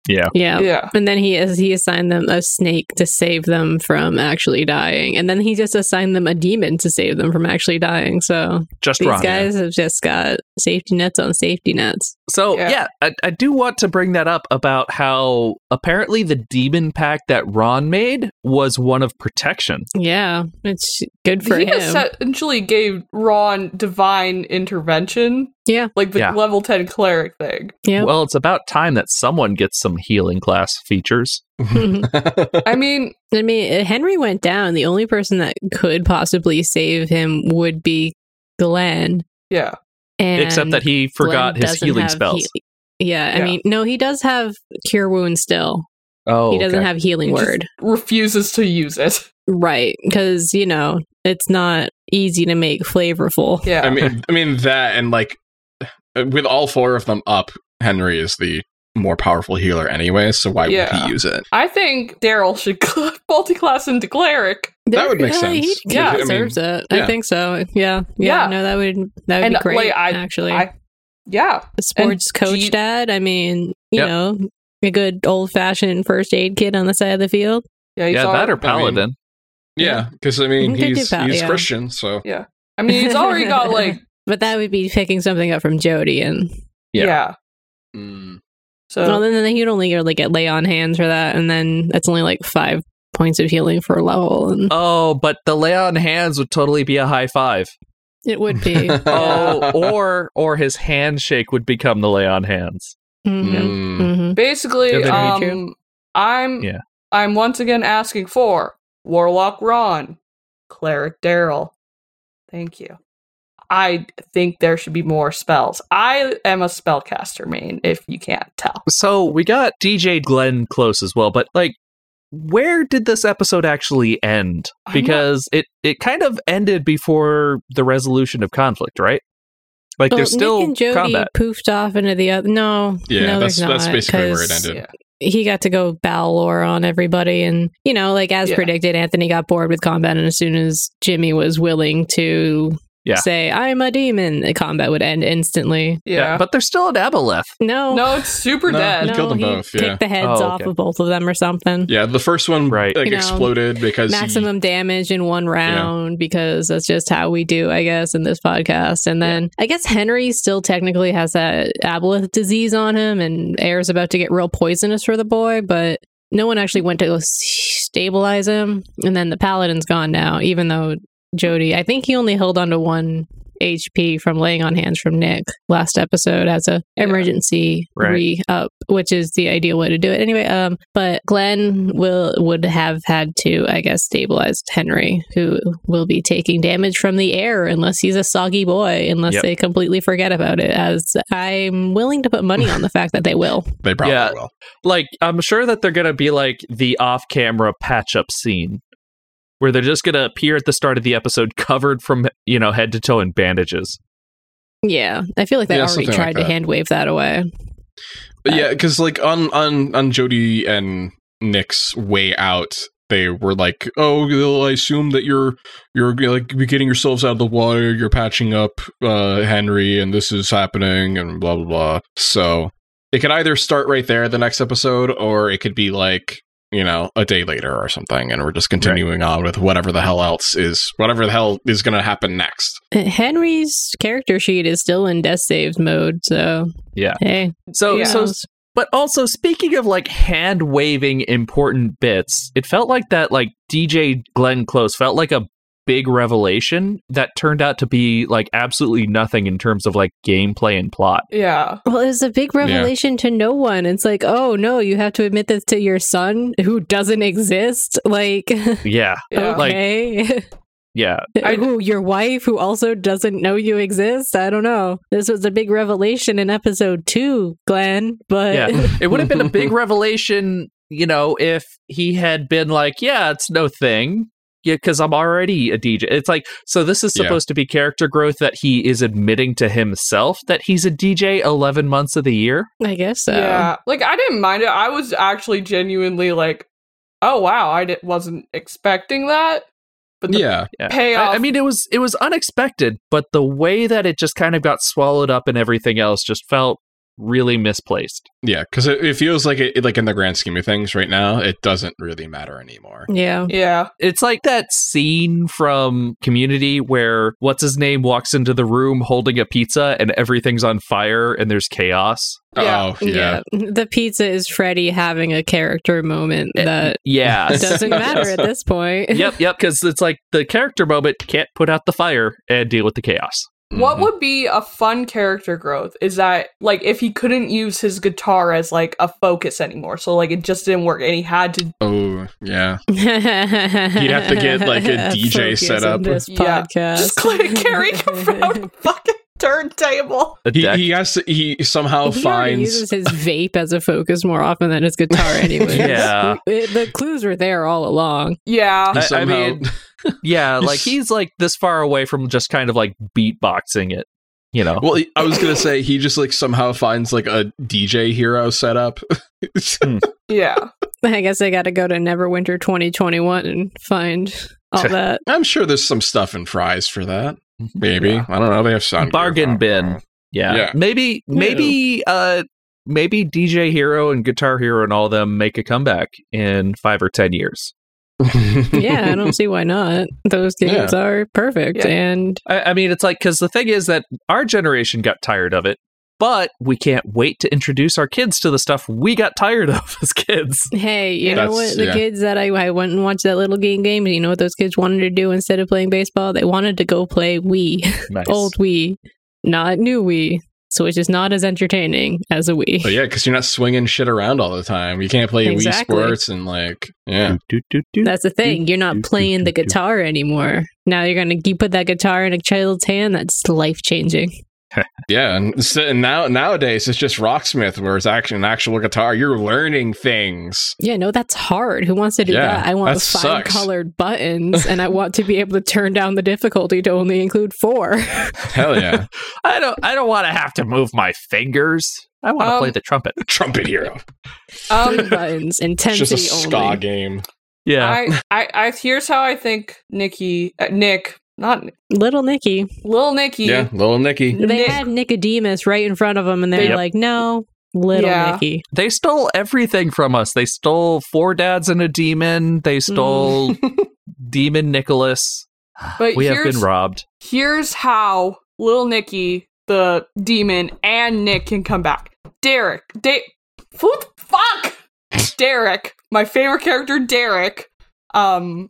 B: Yeah.
D: Yeah.
B: And then he as he assigned them a snake to save them from actually dying, and then he just assigned them a demon to save them from actually dying. So
A: just
B: these
A: wrong.
B: guys have just got safety nets on safety nets.
A: So yeah,
D: Yeah.
A: I, I do want to bring that up about how apparently the demon pact that Ron made was one of protection.
B: Yeah, it's good for
D: he
B: him.
D: essentially gave Ron divine intervention.
B: Yeah.
D: Like the
A: Yeah.
D: level ten cleric thing.
B: Yep. (laughs)
A: Well, it's about time that someone gets some healing class features.
D: I mean,
B: Mm-hmm. I mean, if Henry went down. The only person that could possibly save him would be Glenn.
D: yeah.
B: And
A: except that he
B: Glenn
A: forgot his
B: doesn't
A: healing
B: have
A: spells.
B: heal- yeah, I
D: Yeah.
B: mean, no, he does have cure wounds still.
A: oh,
B: he doesn't
A: okay.
B: have healing
D: He just-
B: word.
D: Refuses to use it.
B: Right, because you know it's not easy to make flavorful.
D: Yeah.
C: (laughs) I mean, I mean that, and like with all four of them up, Henry is the more powerful healer anyway. So why would
D: Yeah.
C: he use it?
D: I think Daryl should (laughs) multi-class into cleric.
C: That would make
B: Uh,
C: sense.
B: He, he
D: Yeah, I mean,
B: deserves it. I
C: yeah.
B: think so. Yeah, yeah.
D: Yeah.
B: No, that would that would
A: uh,
D: And,
B: be great.
D: like, I-
B: actually,
D: I- Yeah.
B: a sports coach
D: G-
B: dad. I mean, you
A: Yep.
B: know, a good old fashioned first aid kit on the side of the field.
D: Yeah. He's
A: yeah,
D: already,
A: that or paladin.
C: Yeah, because I mean,
B: I think they
C: he's
B: do that,
C: he's
B: yeah.
C: Christian, so
D: I mean, he's already
B: (laughs)
D: got like
B: But that would be picking something up from Jody, and
A: Yeah.
D: yeah.
C: mm,
D: So
B: well, then, then he'd only uh, like get lay on hands for that, and then that's only like five points of healing for a level, and
A: Oh, but the lay on hands would totally be a high five.
B: it would be.
A: (laughs) Oh, or or his handshake would become the lay on hands.
B: Mhm.
C: (laughs) Mm.
B: Mhm.
D: basically,
A: Yeah,
B: that'd be
D: um, I'm
A: Yeah.
D: I'm once again asking for Warlock Ron, Cleric Daryl. Thank you. I think there should be more spells. I am a spellcaster main, if you can't tell.
A: So we got DJ Glenn close as well, but like where did this episode actually end?
D: I'm not-
A: Because it it kind of ended before the resolution of conflict, right? Like
B: Well,
A: there's still
B: Oh, Nick and Jody
A: combat.
B: poofed off into the other. No,
C: yeah,
B: no,
C: that's
B: there's
C: that's
B: not,
C: basically where it
B: 'cause
C: ended.
B: He got to go bow lore on everybody, and you know, like as
D: Yeah.
B: predicted, Anthony got bored with combat, and as soon as Jimmy was willing to
A: Yeah.
B: say, "I'm a demon," the combat would end instantly.
D: Yeah.
A: But there's still an Aboleth.
B: No,
D: no, it's super
C: No,
D: dead.
C: he
B: no,
C: killed them
B: he
C: both,
B: Picked
C: yeah.
B: the heads
A: Oh,
B: off
A: okay.
B: of both of them or something.
C: Yeah, the first one
A: Right.
C: like
B: You know,
C: exploded because he-
B: maximum damage in one round because that's just how we do, I guess, in this podcast. And then I guess Henry still technically has that aboleth disease on him, and air's about to get real poisonous for the boy, but no one actually went to go s- stabilize him. And then the paladin's gone now, even though Jody, I think he only held on to one HP from laying on hands from Nick last episode as a
D: Yeah.
B: emergency
A: Right.
B: re up, which is the ideal way to do it anyway. Um, but Glenn will would have had to, I guess, stabilize Henry, who will be taking damage from the air unless he's a soggy boy, unless
A: Yep.
B: they completely forget about it. As I'm willing to put money on the fact that they will.
C: they probably
A: Yeah.
C: will.
A: Like I'm sure that they're gonna be like the off camera patch up scene. Where they're just gonna appear at the start of the episode covered from you know head to toe in bandages.
B: Yeah, I feel like they
C: Yeah,
B: already
C: something like
B: tried to
C: that.
B: hand wave that away.
D: Uh,
C: But yeah, because like on on on Jody and Nick's way out, they were like, "Oh, well, I assume that you're you're like getting yourselves out of the water. You're patching up uh, Henry, and this is happening, and blah blah blah." So it could either start right there the next episode, or it could be like you know a day later or something, and we're just continuing on with whatever the hell else is whatever the hell is going to happen next.
B: Henry's character sheet is still in death saves mode, so
A: Yeah.
B: Hey,
A: So
D: Yeah.
A: so But also speaking of like hand waving important bits, it felt like that like DJ Glenn Close felt like a big revelation that turned out to be like absolutely nothing in terms of like gameplay and plot.
D: Yeah.
B: Well, it was a big
C: Yeah.
B: revelation to no one. It's like, oh no, you have to admit this to your son who doesn't exist. (laughs) Like,
A: Yeah.
D: yeah.
A: Like-
B: okay.
A: Yeah.
D: I-
B: (laughs) who your wife who also doesn't know you exist? I don't know. This was a big revelation in episode two, Glenn. But
A: Yeah. It would have been a big revelation, you know, if he had been like, yeah, it's no thing. Yeah, because I'm already a DJ. It's like, so this is
C: Yeah.
A: supposed to be character growth that he is admitting to himself that he's a DJ 11 months of the year.
B: (laughs) I guess so.
D: Yeah. Like I didn't mind it. I was actually genuinely like, oh wow, I di- wasn't expecting that. But the
C: yeah.
A: Yeah.
D: payoff.
A: I, I mean, it was it was unexpected, but the way that it just kind of got swallowed up and everything else just felt really misplaced.
C: Yeah. Because it, it feels like it, like in the grand scheme of things right now, it doesn't really matter anymore.
B: Yeah.
D: yeah.
A: It's like that scene from Community where what's his name walks into the room holding a pizza and everything's on fire and there's chaos.
D: Yeah.
C: Oh, yeah.
B: The pizza is Freddy having a character moment
C: (laughs)
B: that
A: Yeah.
B: doesn't matter at this
A: (laughs)
B: point.
A: yep, yep. Because it's like the character moment can't put out the fire and deal with the chaos.
D: What
A: Mm-hmm.
D: would be a fun character growth is that like if he couldn't use his guitar as like a focus anymore. So like it just didn't work and he had to
C: Oh, yeah.
B: You'd have
C: to get, like,
B: (laughs)
C: a DJ set up.
B: This
D: Yeah.
B: podcast.
D: just clear (laughs) carry
B: (laughs)
D: around a fucking turntable.
A: A
C: He,
A: deck-
C: he has to, he somehow
B: He already
C: finds.
B: uses his vape as a focus more often than his
C: (laughs)
B: guitar, anyway.
A: Yeah.
B: the clues were there all along.
D: Yeah.
A: I- I
C: He somehow,
A: mean-
C: (laughs)
A: yeah, like he's like this far away from just kind of like beatboxing it, you know.
C: well, I was gonna say he just like somehow finds like a DJ hero setup. (laughs)
D: Yeah.
B: I guess I got to go to Neverwinter 2021 and find
C: (laughs)
B: all that.
C: I'm sure there's some stuff in fries for that. Maybe
A: Mm-hmm. Yeah.
C: I don't know. They have sound
A: Bargain bin. Yeah.
C: Yeah.
A: Maybe maybe uh maybe DJ Hero and Guitar Hero and all them make a comeback in five or ten years.
B: Yeah, I don't see why not. Those games are perfect.
D: Yeah.
B: And
A: I, I mean it's like because the thing is that our generation got tired of it, but we can't wait to introduce our kids to the stuff we got tired of (laughs) as kids.
B: hey, you know
C: That's-
B: what? The
C: yeah.
B: kids that I, I went and watched that little game game, you know what those kids wanted to do instead of playing baseball? They wanted to go play Wii, (laughs)
A: Nice.
B: old Wii, not new Wii. So it's just not as entertaining as a Wii.
C: (laughs) But yeah, because you're not swinging shit around all the time. You can't play
B: Exactly.
C: Wii Sports and like yeah.
B: That's
C: (laughs)
B: the thing. You're
A: do,
B: not
A: do,
B: playing the
A: do, do.
B: guitar anymore. Now you're gonna you put that guitar in a child's hand. That's life changing.
C: Yeah, and, so, and now nowadays it's just Rocksmith, where it's actually an actual guitar. You're learning things.
B: Yeah, no, that's hard. Who wants to do
C: Yeah,
B: that? I want
C: that
B: five
C: sucks.
B: colored
C: (laughs)
B: buttons, and I want to be able to turn down the difficulty to only include four.
C: (laughs)
A: (laughs)
C: Hell yeah,
A: I don't I don't want to have to move my fingers. I want to
D: Um,
A: play the trumpet.
C: trumpet hero.
B: Three
D: Um
B: buttons,
C: It's
B: intensity
C: just a ska
B: only.
C: game.
A: (laughs) Yeah.
D: I, I I here's how I think Nikki uh, Nick not
B: Little Nicky.
D: Little Nicky
C: Yeah, little Nicky. (laughs)
B: They
D: Nick-
B: had Nicodemus right in front of them, and they're
A: Yep.
B: like, "No, little
D: Yeah. (laughs)
B: Nicky."
A: they stole everything from us. They stole four dads and a demon. They stole Demon Nicholas.
D: (laughs) But
A: we have
D: here's-
A: been robbed.
D: here's how little Nicky, the demon, and Nick can come back. Derek, da- who the fuck? Derek, my favorite character, Derek, um,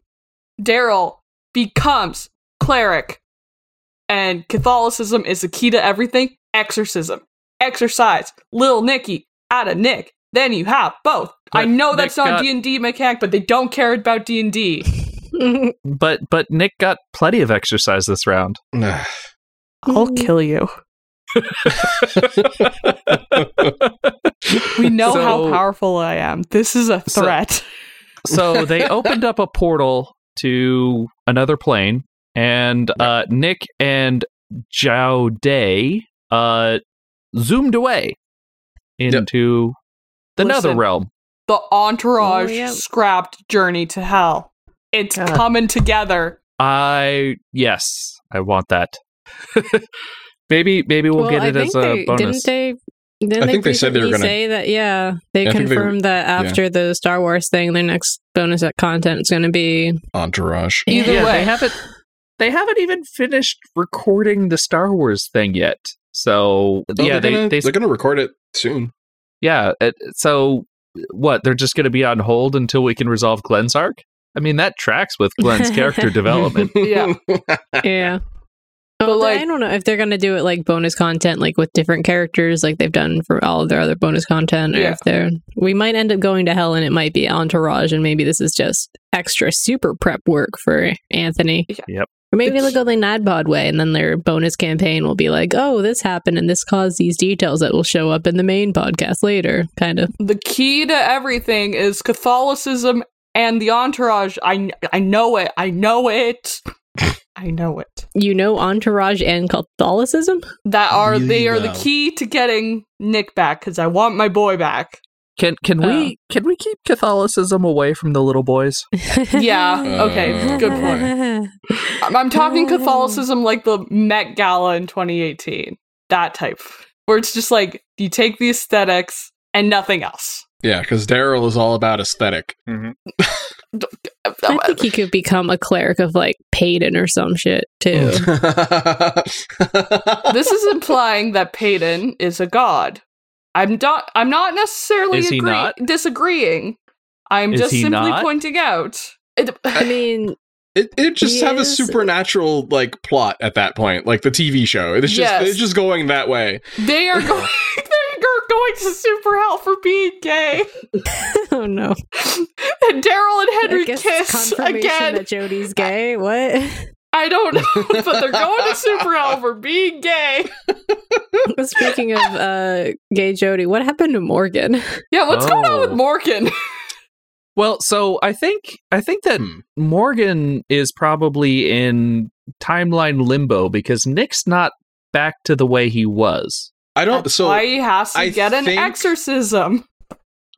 D: Daryl becomes cleric, and Catholicism is the key to everything. Exorcism, exercise, little Nicky out of Nick. Then you have both. I
A: But
D: know that's
A: Nick
D: not
A: got-
D: D and D mechanic, but they don't care about D and D.
A: But but Nick got plenty of exercise this round.
D: I'll kill you. We know
A: So-
D: how powerful I am. This is a
A: So-
D: threat.
A: So they opened up a portal to another plane, and uh, Nick and Zhao Day uh, zoomed away into the
D: Listen.
A: Nether Realm.
D: the entourage
B: Oh, yeah.
D: scrapped journey to hell. It's
B: God.
D: coming together.
A: I yes, I want that. (laughs) maybe maybe we'll, get it as a
B: they,
A: bonus.
B: Didn't they? Didn't
C: I think they said they were
B: recently
C: gonna-
B: say that. Yeah, they
C: Yeah, I think they were-
B: confirmed that
C: yeah.
B: after the Star Wars thing, their next bonus content is going to be.
C: Entourage.
D: Either
A: yeah,
D: way,
A: they haven't they haven't even finished recording the Star Wars thing yet. So
C: Oh,
A: yeah,
C: they're
A: they,
C: gonna,
A: they
C: are gonna record it soon.
A: yeah. It, so what? They're just going to be on hold until we can resolve Glenn's arc. I mean, that tracks with
D: (laughs)
A: Glenn's character
C: (laughs)
A: development.
D: Yeah.
B: yeah.
D: But,
B: But
D: like-
B: I don't know if they're gonna do it like bonus content, like with different characters, like they've done for all of their other bonus content. Or
D: Yeah.
B: if they're, we might end up going to hell, and it might be entourage, and maybe this is just extra super prep work for Anthony.
D: Yeah.
A: Yep.
B: Or maybe they'll go the Nadpod way, and then their bonus campaign will be like, "Oh, this happened, and this caused these details that will show up in the main podcast later." Kind of.
D: the key to everything is Catholicism and the entourage. I I know it. I
B: (laughs)
D: know it. I know it.
B: You know, entourage and Catholicism.
D: That are
C: Really
D: they are the
C: well.
D: key to getting Nick back because I want my boy back.
A: Can can we can we keep Catholicism away from the little boys?
B: (laughs)
D: Yeah. Okay.
C: Uh,
D: Good point. I'm, I'm talking
B: Oh.
D: Catholicism like the Met Gala in 2018. That type, where it's just like you take the aesthetics and nothing else.
C: yeah, because Daryl is all about aesthetic.
B: I
D: Um,
B: think he could become a cleric of like Payton or some shit too.
D: (laughs) this is implying that Peyton is a god. I'm not. I'm not necessarily
A: Is he
D: agree-
A: not?
D: disagreeing. I'm
A: Is
D: just
A: he
D: simply
A: not?
D: pointing out. It,
B: I mean,
C: (laughs)
B: (laughs)
C: It it just have a
B: Yes.
C: supernatural like plot at that point, like the TV show. It's just
D: Yes.
C: it's just going that way.
D: (laughs) they are going. (laughs) they are going to super hell for being gay. (laughs)
B: oh no,
D: And Daryl and Henry kiss again.
B: Jody's gay. What? (laughs)
D: I
A: (laughs)
D: don't know, (laughs) but they're going to super hell for being gay.
B: Speaking of uh, gay Jody, what happened to Morgan? (laughs)
D: Yeah, what's going on with
A: Oh.
D: Morgan?
A: Well, so I think I think that
C: Hmm.
A: Morgan is probably in timeline limbo because Nick's not back to the way he was.
C: I don't.
D: That's
C: so
D: why he has to
C: I
D: get an
C: think-
D: exorcism.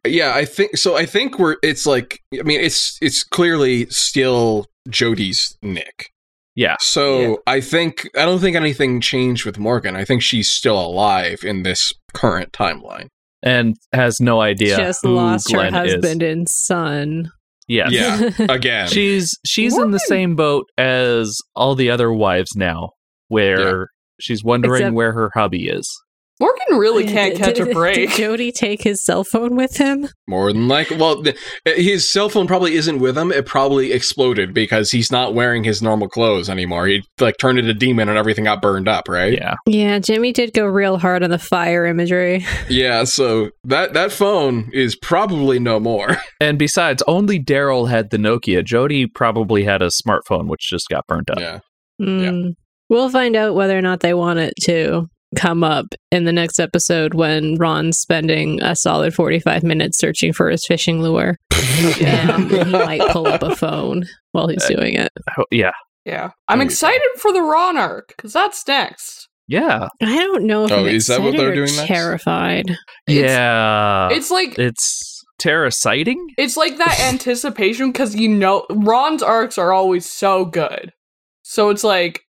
C: yeah, I think so. I think we're. It's like I mean, it's it's clearly still Jody's Nick.
A: Yeah.
C: So
D: Yeah.
C: I think I don't think anything changed with Morgan. I think she's still alive in this
B: (laughs)
C: current timeline.
A: And has no idea.
B: Just
A: who
B: lost
A: Glenn
B: her husband
A: Is.
B: and son.
A: Yes.
C: Yeah.
B: (laughs)
C: Again,
A: She's she's in the
D: Morgan.
A: same boat as all the other wives now, where she's wondering
B: Except-
A: where her hubby is.
D: Morgan really can't
B: Did-
D: catch a
B: did-
D: break.
B: Did Jody take his cell phone with him?
C: more than likely. Well, th- his cell phone probably isn't with him. It probably exploded because he's not wearing his normal clothes anymore. He like turned into a demon and everything got burned up, right?
A: Yeah.
B: Yeah, Jimmy did go real hard on the fire imagery.
C: Yeah, so that that phone is probably no more.
A: And besides, only Daryl had the Nokia. Jody probably had a smartphone which just got burnt up.
C: Yeah.
B: Mm. We'll find out whether or not they want it to come up in the next episode when Ron's spending a solid 45 minutes searching for his fishing lure. And (laughs) he might
C: (laughs)
B: pull up a phone while he's
C: Uh,
B: doing it.
A: Oh, Yeah.
D: Yeah. I'm
C: There you go.
D: excited for the Ron arc because that's next.
A: Yeah.
B: I don't know if
C: Oh,
B: I'm
C: is that what
B: excited
C: they're
B: or
C: doing next?
B: terrified.
C: Uh,
D: It's-
A: yeah.
D: it's like
A: it's terror sighting.
C: (laughs)
D: it's like that anticipation because you know Ron's arcs are always so good. So it's like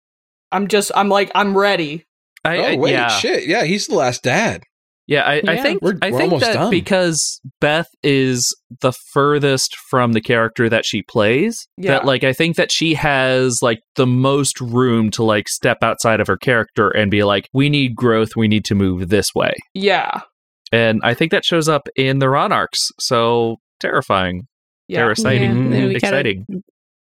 D: I'm just I'm like I'm ready.
A: I, I-
C: oh wait,
A: yeah,
C: shit. Yeah, he's the last dad.
A: yeah. I, I
B: Yeah.
A: think
C: We're-
A: I
C: we're
A: think
C: almost
A: that
C: done.
A: because Beth is the furthest from the character that she plays.
D: Yeah.
A: That like I think that she has like the most room to like step outside of her character and be like, we need growth. We need to move this way.
D: Yeah.
A: And I think that shows up in the Ron arcs. So terrifying,
D: Yeah.
A: terror
C: Mm-hmm.
A: sighting,
B: Yeah, we Mm-hmm. gotta-
A: exciting.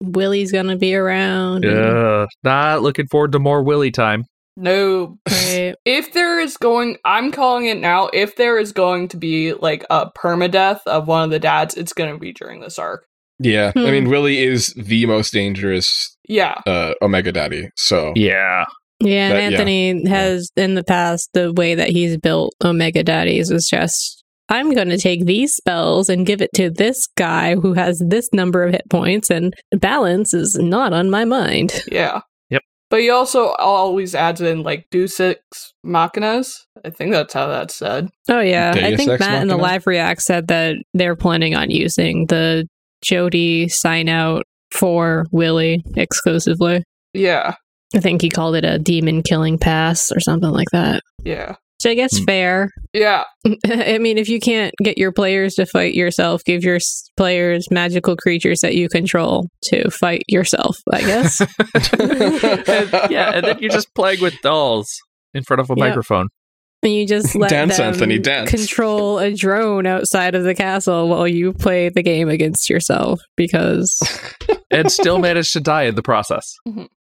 B: Willie's gonna be around. and-
A: Yeah, not looking forward to more Willy time.
C: (laughs)
D: No.
B: Right.
D: If there is going I'm calling it now, if there is going to be like a permadeath of one of the dads, it's gonna be during this arc.
C: Yeah.
B: Hmm.
C: I mean, Willie is the most dangerous
D: Yeah.
C: uh Omega Daddy. So
A: Yeah, (laughs)
B: Yeah,
C: That-
B: and
C: yeah.
B: Anthony has in the past the way that he's built Omega Daddies was just I'm going to take these spells and give it to this guy who has this number of hit points and balance is not on my mind.
D: Yeah.
A: Yep.
D: But he also always adds in like Deus Ex Machinas. I think that's how that's said.
B: Oh yeah, I
C: Deus
B: think
C: Ex
B: Matt in the
C: Machina?
B: live react said that they're planning on using the Jody sign out for Willie exclusively.
D: Yeah.
B: I think he called it a demon killing pass or something like that.
D: Yeah.
B: So I guess
A: Hmm.
B: fair.
D: Yeah.
B: I mean, if you can't get your players to fight yourself, give your s- players magical creatures that you control to fight yourself, I
C: (laughs)
B: guess. (laughs)
A: yeah, and then you're just playing with dolls in front of a
B: Yeah.
A: microphone.
B: And you just let
C: Dance,
B: them
C: Anthony, dance.
B: control a drone outside of the castle while you play the game against yourself
C: (laughs)
B: because
A: and
B: (laughs)
A: still managed to die in the process.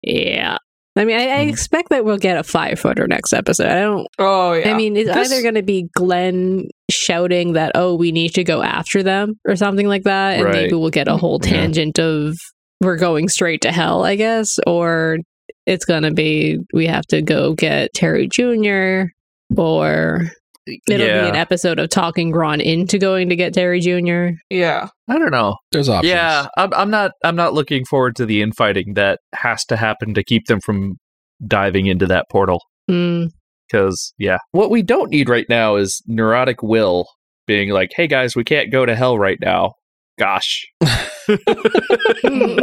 B: yeah. I mean, I, I
A: Mhm.
C: Hmm.
B: expect that we'll get a five footer next episode. I don't.
D: Oh yeah.
B: I mean, it's
C: This-
B: either going to be Glenn shouting that, "Oh, we need to go after them" or something like that, and
A: Right.
B: maybe we'll get a whole
C: Yeah.
B: tangent of "We're going straight to hell," I guess, or it's going to be we have to go get Terry Jr. or it'll be an episode of talking Ron into going to get Terry Jr.
D: yeah.
A: I don't know.
C: There's options.
A: Yeah, I'm, I'm not. I'm not looking forward to the infighting that has to happen to keep them from diving into that portal. (laughs)
B: Mm.
A: Because yeah, what we don't need right now is neurotic Will being like, "Hey guys, we can't go to hell right now." Gosh. All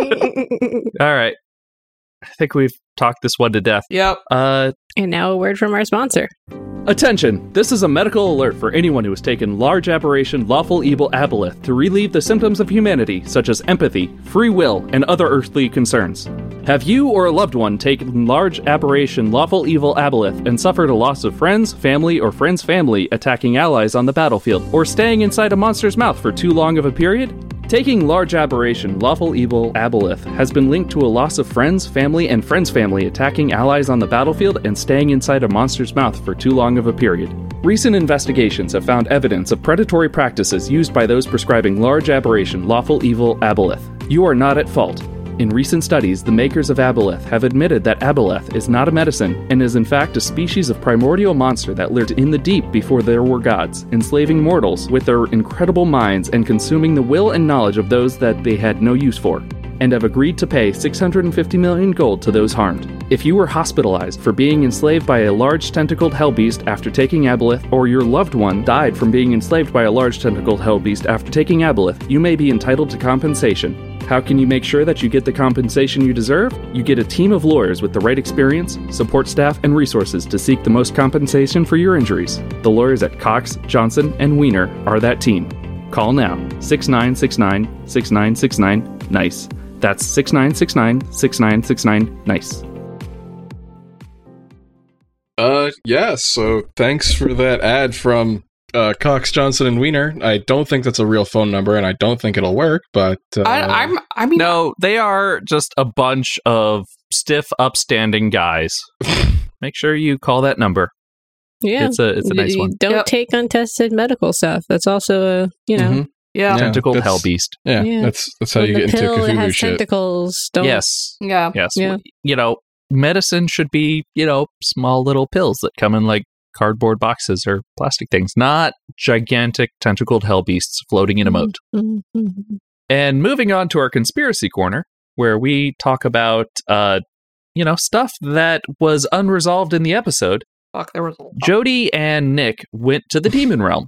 A: right. I think we've talked this one to death.
D: Yep.
A: Uh,
B: and now a word from our sponsor.
A: Attention! This is a medical alert for anyone who has taken large aberration lawful evil aboleth to relieve the symptoms of humanity, such as empathy, free will, and other earthly concerns. Have you or a loved one taken large aberration lawful evil aboleth and suffered a loss of friends, family, or friends' family attacking allies on the battlefield, or staying inside a monster's mouth for too long of a period? Taking large aberration, lawful evil, aboleth, has been linked to a loss of friends, family, and friends' family attacking allies on the battlefield and staying inside a monster's mouth for too long of a period. Recent investigations have found evidence of predatory practices used by those prescribing large aberration, lawful evil, aboleth. You are not at fault. In recent studies, the makers of aboleth have admitted that aboleth is not a medicine and is in fact a species of primordial monster that lived in the deep before there were gods, enslaving mortals with their incredible minds and consuming the will and knowledge of those that they had no use for, and have agreed to pay 650 million gold to those harmed. If you were hospitalized for being enslaved by a large tentacled hellbeast after taking aboleth, or your loved one died from being enslaved by a large tentacled hellbeast after taking aboleth, you may be entitled to compensation. How can you make sure that you get the compensation you deserve? You get a team of lawyers with the right experience, support staff, and resources to seek the most compensation for your injuries. The lawyers at Cox, Johnson, and Wiener are that team. Call now 6969 6969 NICE. E. That's 6969 6969 NICE.
C: Uh, yeah. So thanks for that ad from uh, Cox Johnson and Wiener. I don't think that's a real phone number, and I don't think it'll work. But uh,
D: I, I'm. I mean.
A: No, they are just a bunch of stiff, upstanding
B: (laughs)
A: guys. Make sure you call that number.
B: Yeah,
A: It's a it's a nice
B: You
A: one.
B: Don't
D: Yep.
B: take untested medical stuff. That's also a you know.
C: Mhm.
D: Yeah.
C: Yeah.
A: Tentacled
C: that's-
A: hell beast.
C: Yeah,
B: Yeah.
C: that's that's how
B: when
C: you
B: the
C: get into
B: pill it
C: Cthulhu
B: has
C: shit.
B: tentacles. Don't (laughs)
A: Yes.
D: Yeah.
A: Yes.
B: Yeah.
A: You know, medicine should be, you know, small little pills that come in like cardboard boxes or plastic things, not gigantic tentacled hell beasts floating in a moat.
B: Mhm.
A: And moving on to our conspiracy corner, where we talk about, uh, you know, stuff that was unresolved in the episode.
D: Fuck. There was. A lot.
A: Jody and Nick went to the demon realm.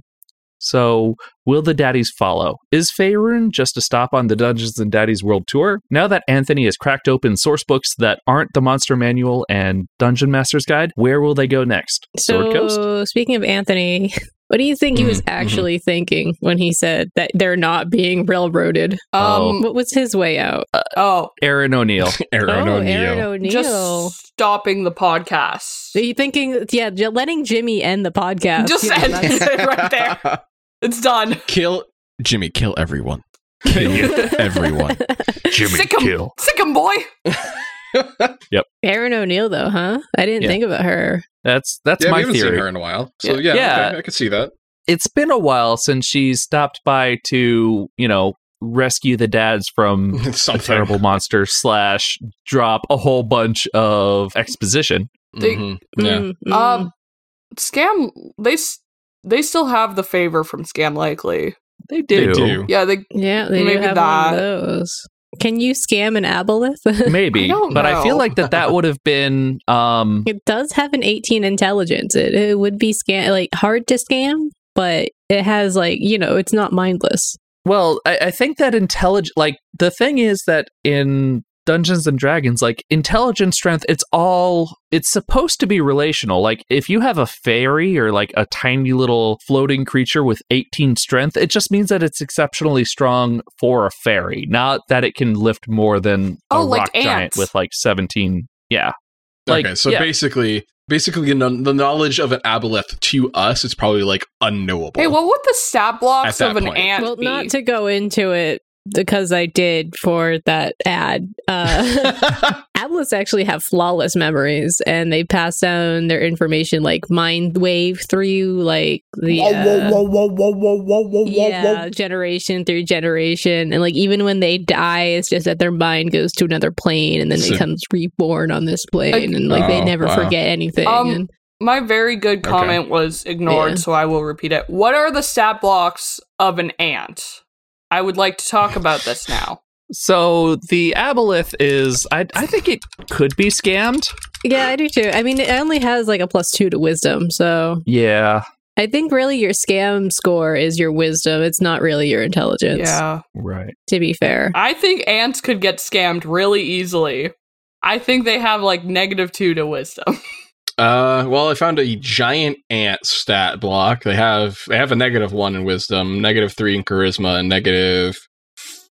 A: So, will the daddies follow? Is Faerun just a stop on the Dungeons and Daddies World Tour? Now that Anthony has cracked open source books that aren't the Monster Manual and Dungeon Master's Guide, where will they go next? Sword Coast?
B: So speaking of Anthony, (laughs) what do you think he was
C: Mhm, mhm.
B: actually thinking when he said that they're not being railroaded?
C: Oh.
D: Um.
B: What was his way out?
D: Oh.
A: Aaron O'Neill.
C: Aaron
B: oh,
C: O'Neill.
B: Aaron O'Neill.
D: Just stopping the
B: Are
D: podcast.
B: you thinking? Yeah, j- letting Jimmy end the podcast.
D: Just
B: you know,
D: end
B: that's-
D: it right there. It's done.
C: (laughs) Kill Jimmy. Kill (laughs) everyone.
B: (laughs)
C: Kill everyone.
A: Jimmy
D: Sick 'em. Sick 'em, boy.
C: (laughs)
B: Aaron O'Neill, though, huh? I didn't
A: Yeah.
B: think about her.
A: That's that's
C: yeah, we
A: my
C: haven't seen
A: theory.
C: her in a while. So yeah,
A: Yeah.
C: okay, I could
A: (laughs)
C: see that.
A: It's been a while since she stopped by to, you know, rescue the dads from a
C: Something
A: terrible monster slash drop a whole bunch of exposition.
C: Mhm. Yeah.
B: Mm, mm.
D: Um, scam. They s- they still have the favor from scam likely.
A: They
C: They
A: do.
C: do.
D: Yeah, they
B: yeah, they do
D: maybe
B: have one
D: that.
B: of those. Can you scam an aboleth? (laughs)
A: Maybe,
D: I don't
A: but I feel
D: know.
A: like that that would have been um
B: It does have an 18 intelligence. It, it would be scam like hard to scam, but it has like you know it's not mindless.
A: well, I, I think that intelligent like the thing is that in Dungeons and Dragons, like intelligence strength, it's all it's supposed to be relational. Like if you have a fairy or like a tiny little floating creature with 18 strength, it just means that it's exceptionally strong for a fairy, not that it can lift more than
D: Oh,
A: a
D: like
A: rock giant
D: ants.
A: with like 17. Yeah. Like,
C: okay, so
A: yeah.
C: basically, basically you know, the knowledge of an aboleth to us is probably like unknowable.
D: Hey, what would the stat blocks
C: At that
D: of an
C: point.
D: ant
B: well,
D: be?
B: not to go into it because I did for that ad. Uh, (laughs) Atlas actually have flawless memories, and they pass down their information like mind wave through like the uh, yeah generation through generation, and like even when they die, it's just that their mind goes to another plane, and then they
C: So-
B: comes reborn on this plane, and like they
C: Oh,
B: never
C: wow.
B: forget anything.
D: Um,
B: and-
D: My very good
C: Okay.
D: comment was ignored,
B: Yeah.
D: so I will repeat it. What are the stat blocks of an ant? I would like to talk about this now.
A: So the aboleth is, I, I think it could be scammed.
B: yeah, I do too. I mean, it only has like a plus two to wisdom, so
A: Yeah,
B: I think really your scam score is your wisdom. It's not really your intelligence.
D: yeah.
A: right.
B: To be fair.
D: I think ants could get scammed really easily. I think they have like negative two to wisdom.
C: (laughs) Uh, well, I found a giant ant stat block. They have they have a negative one in wisdom, negative three in charisma, and negative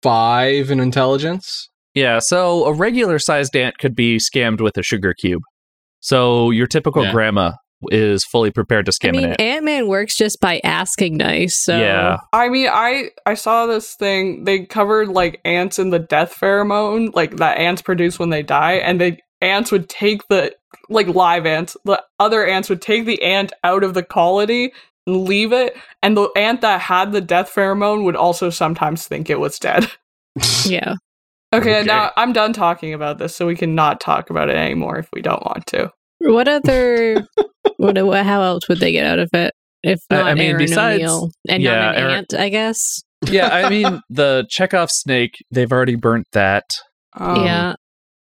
C: five in intelligence.
A: Yeah, so a regular sized ant could be scammed with a sugar cube. So your typical
C: Yeah.
A: grandma is fully prepared to scam
B: I
A: an
B: mean,
A: ant.
B: Ant Man works just by asking nice. So
A: Yeah.
D: I mean, I I saw this thing. They covered like ants in the death pheromone, like that ants produce when they die, and the ants would take the like live ants. The other ants would take the ant out of the colony and leave it, and the ant that had the death pheromone would also sometimes think it was dead. (laughs)
B: yeah.
D: Okay,
C: Okay.
D: now I'm done talking about this, so we can not talk about it anymore if we don't want to.
A: (laughs)
B: What other? what? what- How else would they get out of it? If
A: I- I
B: not
A: mean,
B: Aaron
A: besides-
B: O'Neill and
A: yeah,
B: not an
A: Aaron-
B: ant, I guess.
A: yeah, I mean the Chekhov snake. They've already burnt that.
D: Um,
B: yeah,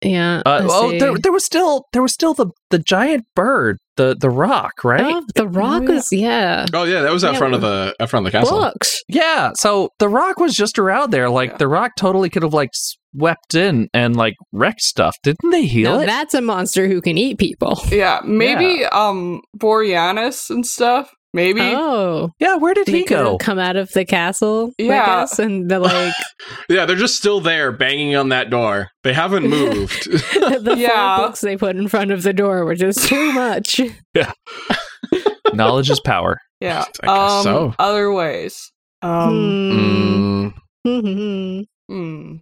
B: yeah.
A: Uh,
B: let's
A: oh,
B: see.
A: there, there was still there was still the the giant bird, the the rock, right?
B: Oh, the Rock
D: yeah.
B: was yeah.
C: (laughs) Oh yeah, that was out
B: Yeah,
C: front of the out front of the castle.
B: Books.
A: Yeah, so the rock was just around there. Like
D: Yeah.
A: the rock totally could have like swept in and like wrecked stuff. Didn't they heal
B: Now
A: it?
B: that's a monster who can eat people.
D: Yeah, maybe um Boreanaz and stuff. Maybe
B: (laughs) Oh,
A: yeah, where did
B: they
A: he
B: could have (laughs)
A: go?
B: come out of the castle. I
D: Yeah.
B: guess,
A: (laughs)
B: and the like.
C: Yeah, they're just still there, banging on that door. They haven't moved.
B: the
D: Yeah.
B: four books they put in front of the door were just too much.
A: Knowledge is power.
D: yeah.
C: I guess
D: um,
C: so.
D: Other ways. Um,
C: Mm,
B: (laughs) Hmm.
D: hmm.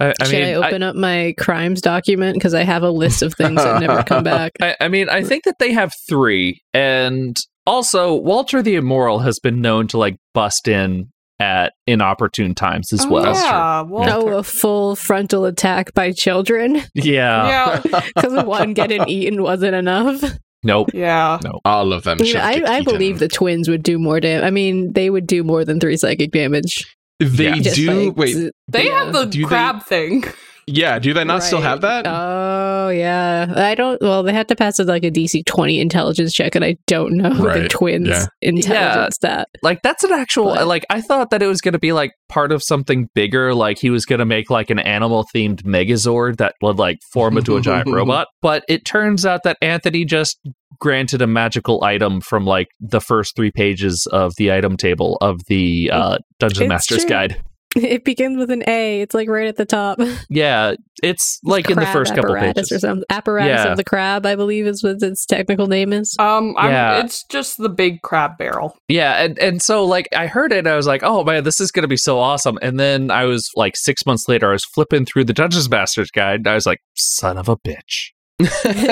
A: I, I
B: Should
A: mean,
B: I
A: I-
B: open up my crimes document because I have a list of things that never
C: (laughs)
B: come back?
A: I, I mean, I think that they have three, and also Walter the Immoral has been known to like bust in at inopportune times as
D: Oh,
A: well.
D: yeah.
B: Oh,
D: Walter.
B: a full frontal attack by children (laughs)
A: Yeah.
B: Oh.
D: yeah.
B: because one getting eaten wasn't enough.
A: Nope.
D: Yeah.
C: (laughs) All of them.
B: I, mean,
C: should
B: I,
C: get
B: I
C: eaten.
B: believe the twins would do more damage. I mean, they would do more than three psychic damage.
C: they
A: Yeah.
B: Just
C: do.
B: like-
C: wait,
D: They have the
C: Do they-
D: crab thing.
C: yeah, do they not still
B: Right.
C: have that?
B: Oh yeah, I don't. Well, they had to pass a, like a DC twenty intelligence check, and I don't know the
C: Right,
B: twins'
C: yeah.
B: intelligence that.
A: Like that's an actual
B: But-
A: like I thought that it was going to be like part of something bigger like he was going to make like an animal themed megazord that would like form into a
B: (laughs)
A: giant robot, but it turns out that Anthony just granted a magical item from like the first 3 pages of the item table of the uh Dungeon
B: It's
A: Master's
B: true.
A: Guide.
B: (laughs) It begins with an A. It's like right at the top.
A: Yeah, it's like in the
B: Crab
A: first couple
B: apparatus
A: pages.
B: or something. Apparatus
A: Yeah.
B: of the crab, I believe, is what its technical name
A: (laughs)
B: is. (laughs)
D: Um, I'm,
A: Yeah.
D: it's just the big crab barrel.
A: Yeah, and, and so like I heard it, and I was like, oh man, this is gonna be so awesome. And then I was like six months later, I was flipping through the Dungeons Masters guide, and I was like, son of a bitch.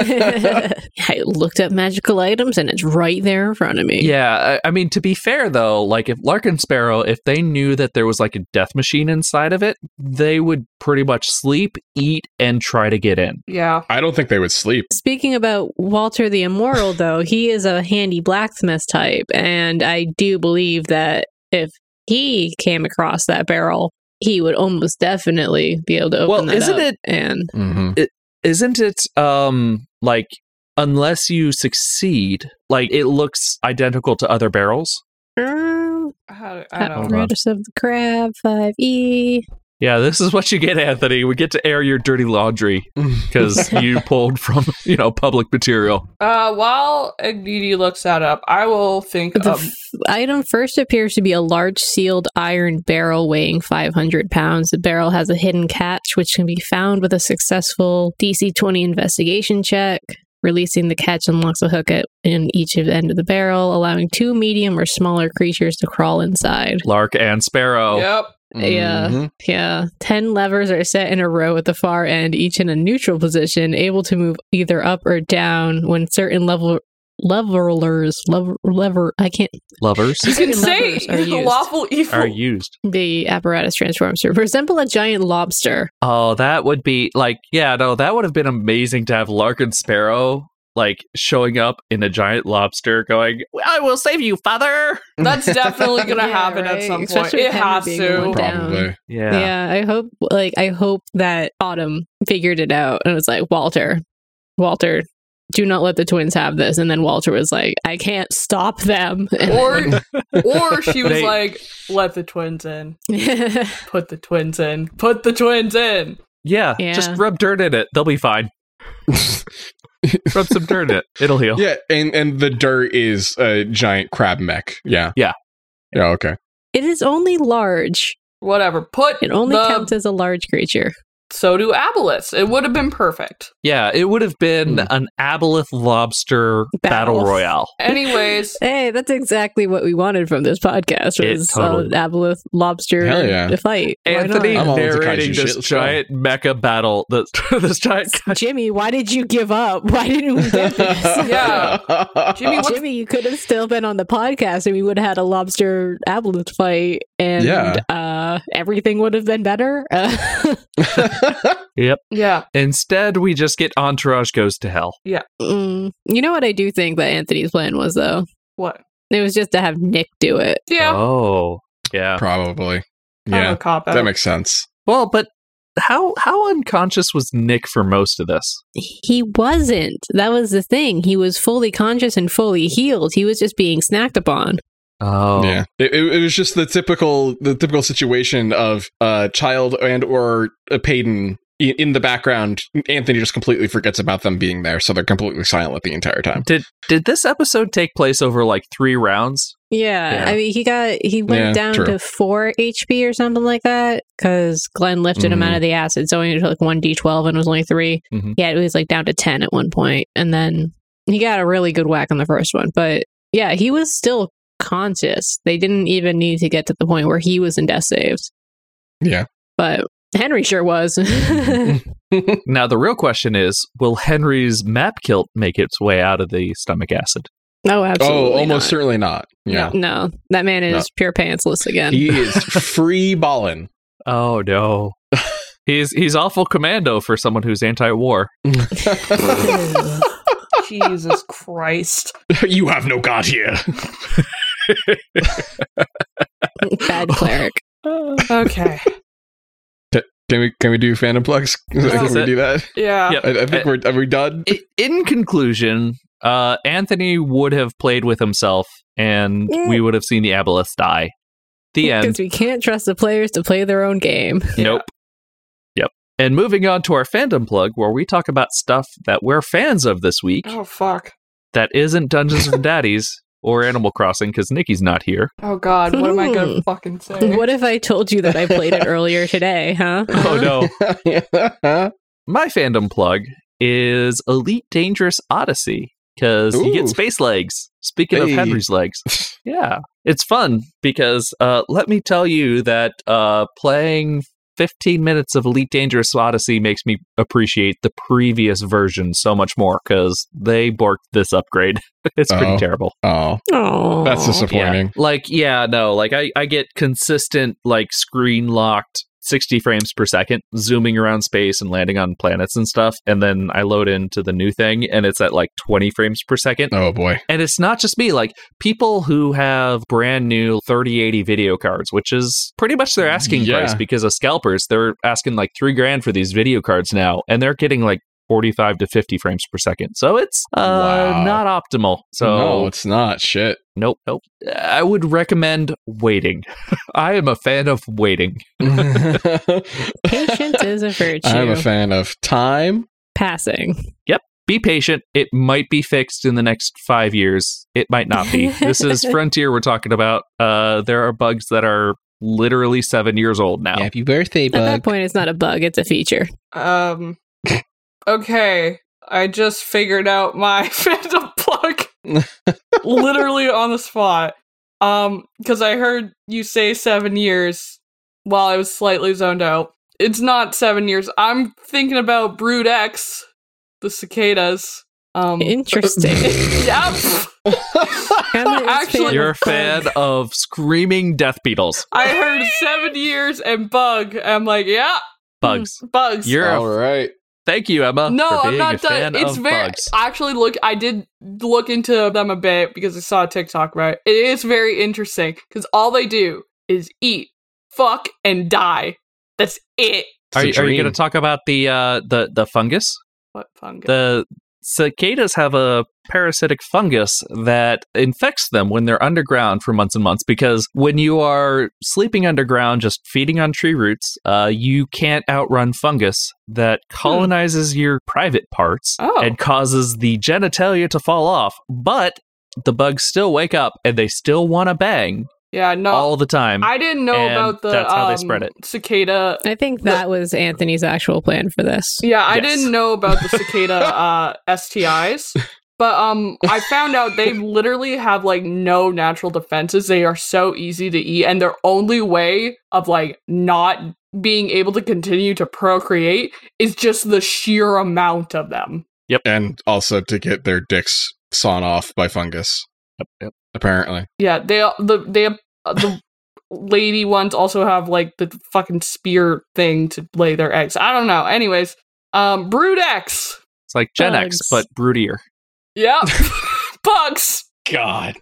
B: I looked up magical items, and it's right there in front of me.
A: Yeah, I, I mean to be fair though, like if Larkin Sparrow, if they knew that there was like a death machine inside of it, they would pretty much sleep, eat, and try to get in.
D: Yeah.
C: I don't think they would sleep.
B: Speaking about Walter
A: (laughs)
B: the Immoral, though, he is a handy blacksmith type, and I do believe that if he came across that barrel, he would almost definitely be able to open
A: Well,
B: that
A: isn't
B: up
A: it-
B: And
C: Mm-hmm.
A: Isn't it um like unless you succeed, like it looks identical to other barrels?
B: Um,
D: I, I don't know.
B: apparatus of the crab five e.
A: Yeah, this is what you get, Anthony. We get to air your dirty laundry. because you pulled from you know public material.
D: Uh, while Igniti looks that up, I will think
B: The
D: of.
B: f- item first appears to be a large sealed iron barrel weighing 500 pounds. The barrel has a hidden catch, which can be found with a successful DC 20 investigation check. releasing the catch unlocks a hook at in each of the end of the barrel, allowing two medium or smaller creatures to crawl inside.
A: Lark and Sparrow.
D: Yep.
B: Yeah.
C: Mhm.
B: Yeah. 10 levers are set in a row at the far end, each in a neutral position, able to move either up or down when certain level levelers lever, lever I can't
A: Lovers
D: You can
B: Certain
D: say
B: levers
D: (laughs)
B: are
D: the
B: used.
D: lawful evil.
A: are used.
B: the apparatus transforms to resemble a giant lobster.
A: Oh, that would be like, yeah, no, that would have been amazing to have Lark and Sparrow like showing up in a giant lobster going, I will save you, father.
D: That's definitely
B: Yeah,
D: gonna happen at
B: right.
D: some point.
B: Especially
D: it
B: with him
D: has
B: being the
C: Mm-hmm.
D: to.
B: one-
C: Probably.
A: Yeah.
B: Yeah. I hope like I hope that Autumn figured it out and was like, Walter, Walter, do not let the twins have this. And then Walter was like, I can't stop them. (laughs) And
D: Or or she was
A: They-
D: like, let the twins in.
B: then-
D: Put the twins in. Put the twins in.
A: Yeah,
B: Yeah.
A: just rub dirt in it. They'll be fine. Rub some dirt in
B: (laughs)
A: it. It'll heal.
C: (laughs) yeah, and and the dirt is a giant crab mech. Yeah.
A: Yeah.
C: Yeah. Okay.
B: it is only large.
D: Whatever. Put
B: It only
D: the-
B: counts as a large creature.
D: so do Abolus. It would have
B: (laughs)
D: been perfect.
A: Yeah, it would have been
C: Mm.
A: an aboleth lobster battle,
B: Battle.
A: royale.
D: Anyways,
B: Hey, that's exactly what we wanted from this podcast
A: It
B: was
A: totally-
B: an aboleth lobster
C: Hell yeah.
B: to fight. Why
A: Anthony
B: not?
C: I'm all into
A: narrating this
C: kaiju shit, let's go.
A: giant mecha battle. This, (laughs) this
B: (laughs)
A: giant.
B: Jimmy, why did you give up? Why didn't
A: (laughs)
B: we get
C: (laughs)
B: this?
D: Yeah. Jimmy, what-
B: Jimmy, you could have still been on the podcast and we would have had a lobster aboleth fight and
C: Yeah.
B: uh, everything would have been better. (laughs) Uh,
D: yeah.
A: Instead, we just get Entourage goes to hell.
B: mm. you know what I do think that Anthony's plan was, though?
D: What?
B: It was just to have Nick do it.
D: Yeah.
A: Oh, yeah.
C: Probably.
D: I'm
C: Yeah.
D: a cop out.
C: That makes sense.
A: Well, but how how unconscious was Nick for most of this?
B: He wasn't. That was the thing. He was fully conscious and fully healed. He was just being snacked upon.
A: Oh,
C: Yeah. It, it, it was just the typical the typical situation of uh child and or a Payton i- in the background. Anthony just completely forgets about them being there, so they're completely silent the entire time.
A: Did did this episode take place over like three rounds?
B: Yeah,
A: Yeah.
B: I mean, he got he went
C: Yeah,
B: down
C: true.
B: to four HP or something like that because Glenn lifted him
C: Mhm.
B: out of the acid, so he was like one D twelve and it was only 3
C: Mm-hmm.
A: Mhm.
B: Yeah, it was like down to ten at one point, and then he got a really good whack on the first one. But yeah, he was still conscious. They didn't even need to get to the point where he was in death saves,
C: Yeah.
B: but Henry sure
C: (laughs)
B: was. (laughs)
A: Now the real question is, will Henry's map kilt make its way out of the stomach acid?
B: no, absolutely.
C: oh, almost
B: not.
C: certainly not. Yeah.
B: No, that man is
C: No.
B: pure pantsless again.
C: He is free (laughs) ballin'.
A: Oh (laughs) no. he's he's awful commando for someone who's anti-war.
D: (laughs) Jesus Christ.
C: you have no god here.
B: (laughs) Bad cleric. (laughs)
D: Okay.
C: Can we can we do phantom plugs?
A: That's
C: (laughs) can we
A: it.
C: do that?
D: Yeah.
A: Yep.
C: I, I think
A: Uh,
C: we're are we (laughs) done?
A: I- In conclusion, uh, Anthony would have played with himself, and
B: Yeah.
A: we would have seen the aboleth die.
B: (laughs)
A: The end.
B: Because we can't trust the players to play their own game. (laughs)
A: Nope. Yep. And moving on to our fandom plug, where we talk about stuff that we're fans of this week
D: Oh fuck.
A: that isn't Dungeons and Daddies or Animal Crossing because Nikki's not here.
D: Oh god. What am I gonna fucking say?
B: Hmm. What if I told you that I played it earlier today, huh?
A: Oh no. My fandom plug is Elite Dangerous Odyssey because you
C: Ooh.
A: get space legs. Speaking of
C: Hey.
A: Henry's
C: (laughs)
A: legs, yeah, it's fun because uh, let me tell you that uh, playing 15 minutes of Elite Dangerous Odyssey makes me appreciate the previous version so much more because they borked this upgrade. (laughs) it's pretty
C: Oh.
A: terrible.
C: (laughs) oh,
B: Oh,
C: that's disappointing.
A: Yeah. Like, yeah, no, like I, I get consistent, like screen locked 60 frames per second, zooming around space and landing on planets and stuff. And then I load into the new thing and it's at like 20 frames per second.
C: Oh boy.
A: And it's not just me, like people who have brand new 3080 video cards, which is pretty much their asking
C: Yeah.
A: price because of scalpers. They're asking like three grand for these video cards now, and they're getting like 45 to 50 frames per second. So it's uh,
C: Wow.
A: not optimal. So
C: no, it's not (laughs) shit.
A: Nope, nope. I would recommend waiting. (laughs) I am a fan of waiting.
B: (laughs) Patience
C: (laughs)
B: is a virtue.
C: I'm a fan of time.
B: Passing.
A: Be patient. It might be fixed in the next five years. It might not be. this is Frontier we're talking about. Uh, there are bugs that are literally seven years old now.
C: birthday,
B: At that point, it's not a bug; it's a feature.
D: Um. Okay. I just figured out my (laughs) fandom plug literally on the spot. Um, because I heard you say seven years while I was slightly zoned out. It's not seven years. I'm thinking about Brood X, the cicadas.
A: (laughs)
D: Um,
B: Interesting.
D: yeah,
C: (laughs)
B: Heather's
D: Actually-
B: fan-
A: You're a fan of screaming death beetles,
D: I heard seven years and bug. I'm like, yeah,
A: bugs.
D: bugs.
A: You're
C: All
A: a,
C: right.
A: thank you, Emma.
D: Mm. no,
A: for being
D: I'm
A: a
D: not
A: fan
D: done. It's
A: of
D: very
A: bugs.
D: actually look. I did look into them a bit because I saw a TikTok. Right, it is very interesting because all they do is eat, fuck, and die. That's it.
C: It's
A: Are
C: a
A: you, are you going
C: dream.
A: to talk about the uh, the the fungus?
D: What fungus?
A: The cicadas have a parasitic fungus that infects them when they're underground for months and months because when you are sleeping underground just feeding on tree roots uh, you can't outrun fungus that
D: Hmm.
A: colonizes your private parts
D: Oh.
A: and causes the genitalia to fall off but the bugs still wake up and they still want to bang
D: yeah, no,
A: all the time
D: I didn't know
A: and
D: about the
A: that's how they
D: um,
A: spread it.
D: cicada.
B: I think that was Anthony's actual plan for this.
D: Yeah, I
A: Yes.
D: didn't know about the
A: (laughs)
D: cicada uh, STIs, but um, I found out they literally have like no natural defenses. They are so easy to eat, and their only way of like not being able to continue to procreate is just the sheer amount of them.
C: And also to get their dicks sawn off by fungus,
A: Yep.
C: apparently.
D: Yeah, they the they uh, the lady ones also have like the fucking spear thing to lay their eggs. I don't know. Anyways, um, brood X.
A: it's like gen x but
B: Bugs.
A: broodier (laughs)
D: Yep. (laughs) Bugs.
C: God.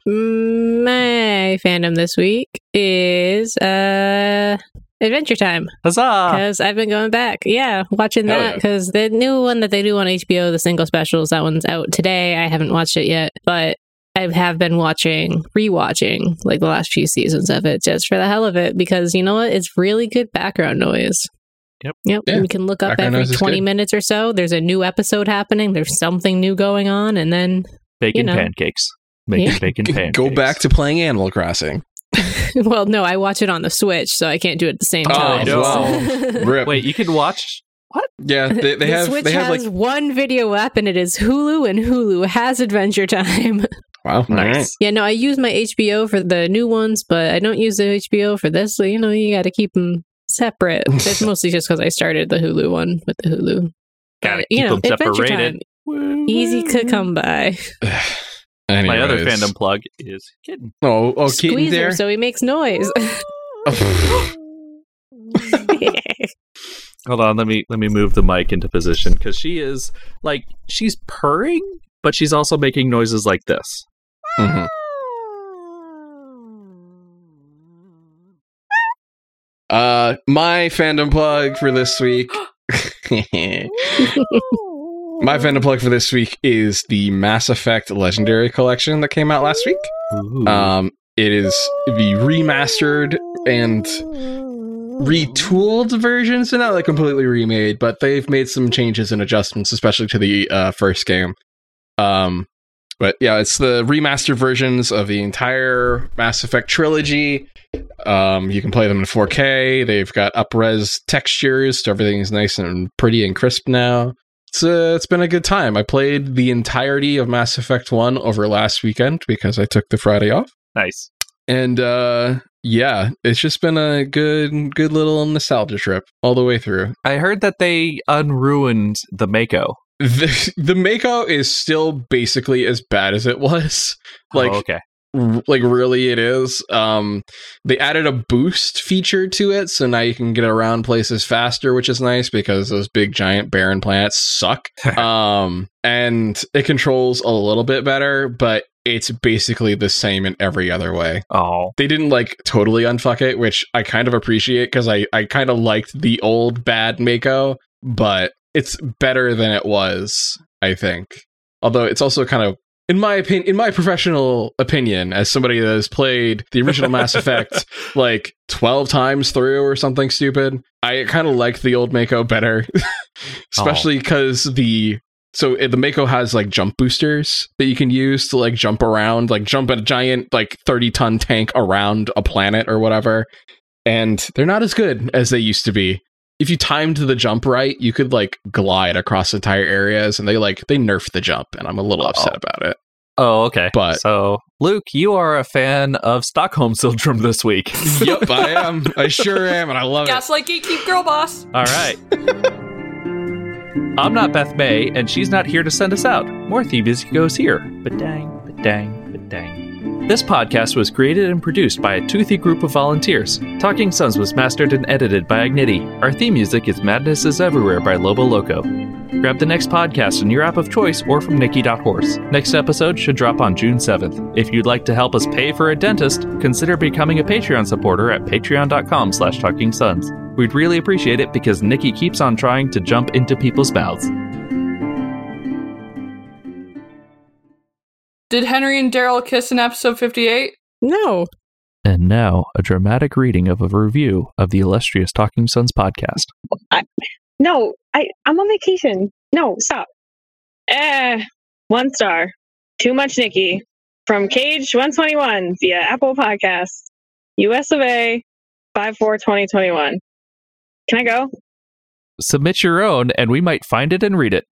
B: My fandom this week is uh Adventure Time
A: huzzah
B: because I've been going back. Yeah, watching
C: Ah. Hell
B: that
C: yeah.
B: because the new one that they do on HBO, the single specials, that one's out today. I haven't watched it yet, but I have been watching, rewatching like the last few seasons of it just for the hell of it because you know what? It's really good background noise.
A: Yep.
B: Yep.
C: Yeah.
B: You can look up
C: Background
B: every
C: noise is
B: 20
C: good.
B: minutes or so. There's a new episode happening. There's something new going on. And then, (laughs)
A: bacon
B: you know.
A: pancakes making
B: Yeah.
A: bacon pancakes
C: (laughs) Go back to playing Animal Crossing.
B: well, no, I watch it on the Switch, so I can't do it at the same
C: Oh,
B: time.
A: no.
B: (laughs) So-
C: Rip.
A: wait you can
C: (laughs)
A: watch
C: Yeah, they, they
B: the
C: have
B: Switch
C: they have
B: has
C: like
B: one video app, and it is Hulu, and Hulu has Adventure Time. (laughs)
C: wow,
A: nice
B: yeah, no, I use my HBO for the new ones, but I don't use the HBO for this. So, you know, you got to keep them
C: (laughs)
B: separate. it's mostly just because I started the Hulu one with the Hulu.
A: Gotta
B: But, you
A: keep
B: know,
A: 'em
B: Adventure
A: separated.
B: Time, easy to come by.
C: All right.
A: My other
C: (sighs) Anyways.
A: fandom plug is Kitten.
C: Oh, oh, Keaton
B: Squeeze
C: there.
B: him so he makes
C: (laughs)
B: noise. (laughs)
A: Hold on, let me let me move the mic into position because she is like she's purring, but she's also making noises like this.
C: Mhm. Uh, my fandom plug for this week. (laughs) my fandom plug for this week is the Mass Effect Legendary Collection that came out last week. Um, it is the remastered and retooled version, so not like completely remade, but they've made some changes and adjustments, especially to the uh, first game. Um, but yeah, it's the remastered versions of the entire Mass Effect trilogy. Um, you can play them in 4K. They've got upres textures, so everything's nice and pretty and crisp now. It's uh, it's been a good time. I played the entirety of Mass Effect One over last weekend because I took the Friday off
A: nice.
C: and uh yeah it's just been a good good little nostalgia trip all the way through
A: I heard that they unruined the Mako.
C: the, (laughs) the mako is still basically as bad as it was
A: (laughs)
C: like
A: Oh, okay.
C: r- like really it is um they added a boost feature to it so now you can get around places faster which is nice because those big giant barren planets
A: (laughs)
C: suck um and it controls a little bit better but it's basically the same in every other way
A: Oh,
C: they didn't like totally unfuck it, which I kind of appreciate because I, I kind of liked the old bad Mako, but it's better than it was, I think. Although it's also kind of in my opinion in my professional opinion, as somebody that has played the original Mass Effect like twelve times through or something stupid, I kinda like the old Mako better. (laughs) Especially because the so it- the Mako has like jump boosters that you can use to like jump around, like jump a giant like 30 ton tank around a planet or whatever. And they're not as good as they used to be. if you timed the jump right, you could like glide across entire areas, and they like they nerfed the jump, and I'm a little upset about it.
A: Oh, okay.
C: But-
A: so, Luke, you are a fan of Stockholm syndrome this week.
C: yep, I am. I sure am, and I
A: Oh,
C: love it.
D: Gaslight Gatekeep Girl Boss.
A: All right. I'm not Beth May, and she's not here to send us out. More theme music goes here. But dang, but dang, but dang. This podcast was created and produced by a toothy group of volunteers. Talking Sons was mastered and edited by Agniti. Our theme music is Madness is Everywhere by Lobo Loco. Grab the next podcast in your app of choice or from Nikki.horse. Next episode should drop on June 7th. If you'd like to help us pay for a dentist, consider becoming a Patreon supporter at patreon.com slash talking sons. We'd really appreciate it because Nikki keeps on trying to jump into people's mouths.
D: Did Henry and Daryl kiss in episode 58?
B: No.
A: And now, a dramatic reading of a review of the illustrious Talking Sons podcast.
E: No, I, I'm on vacation. No, stop. Eh, one star. Too much Nikki. From Cage 121 via Apple Podcasts. US of A, 5 4 2021. Can I go?
A: Submit your own, and we might find it and read it.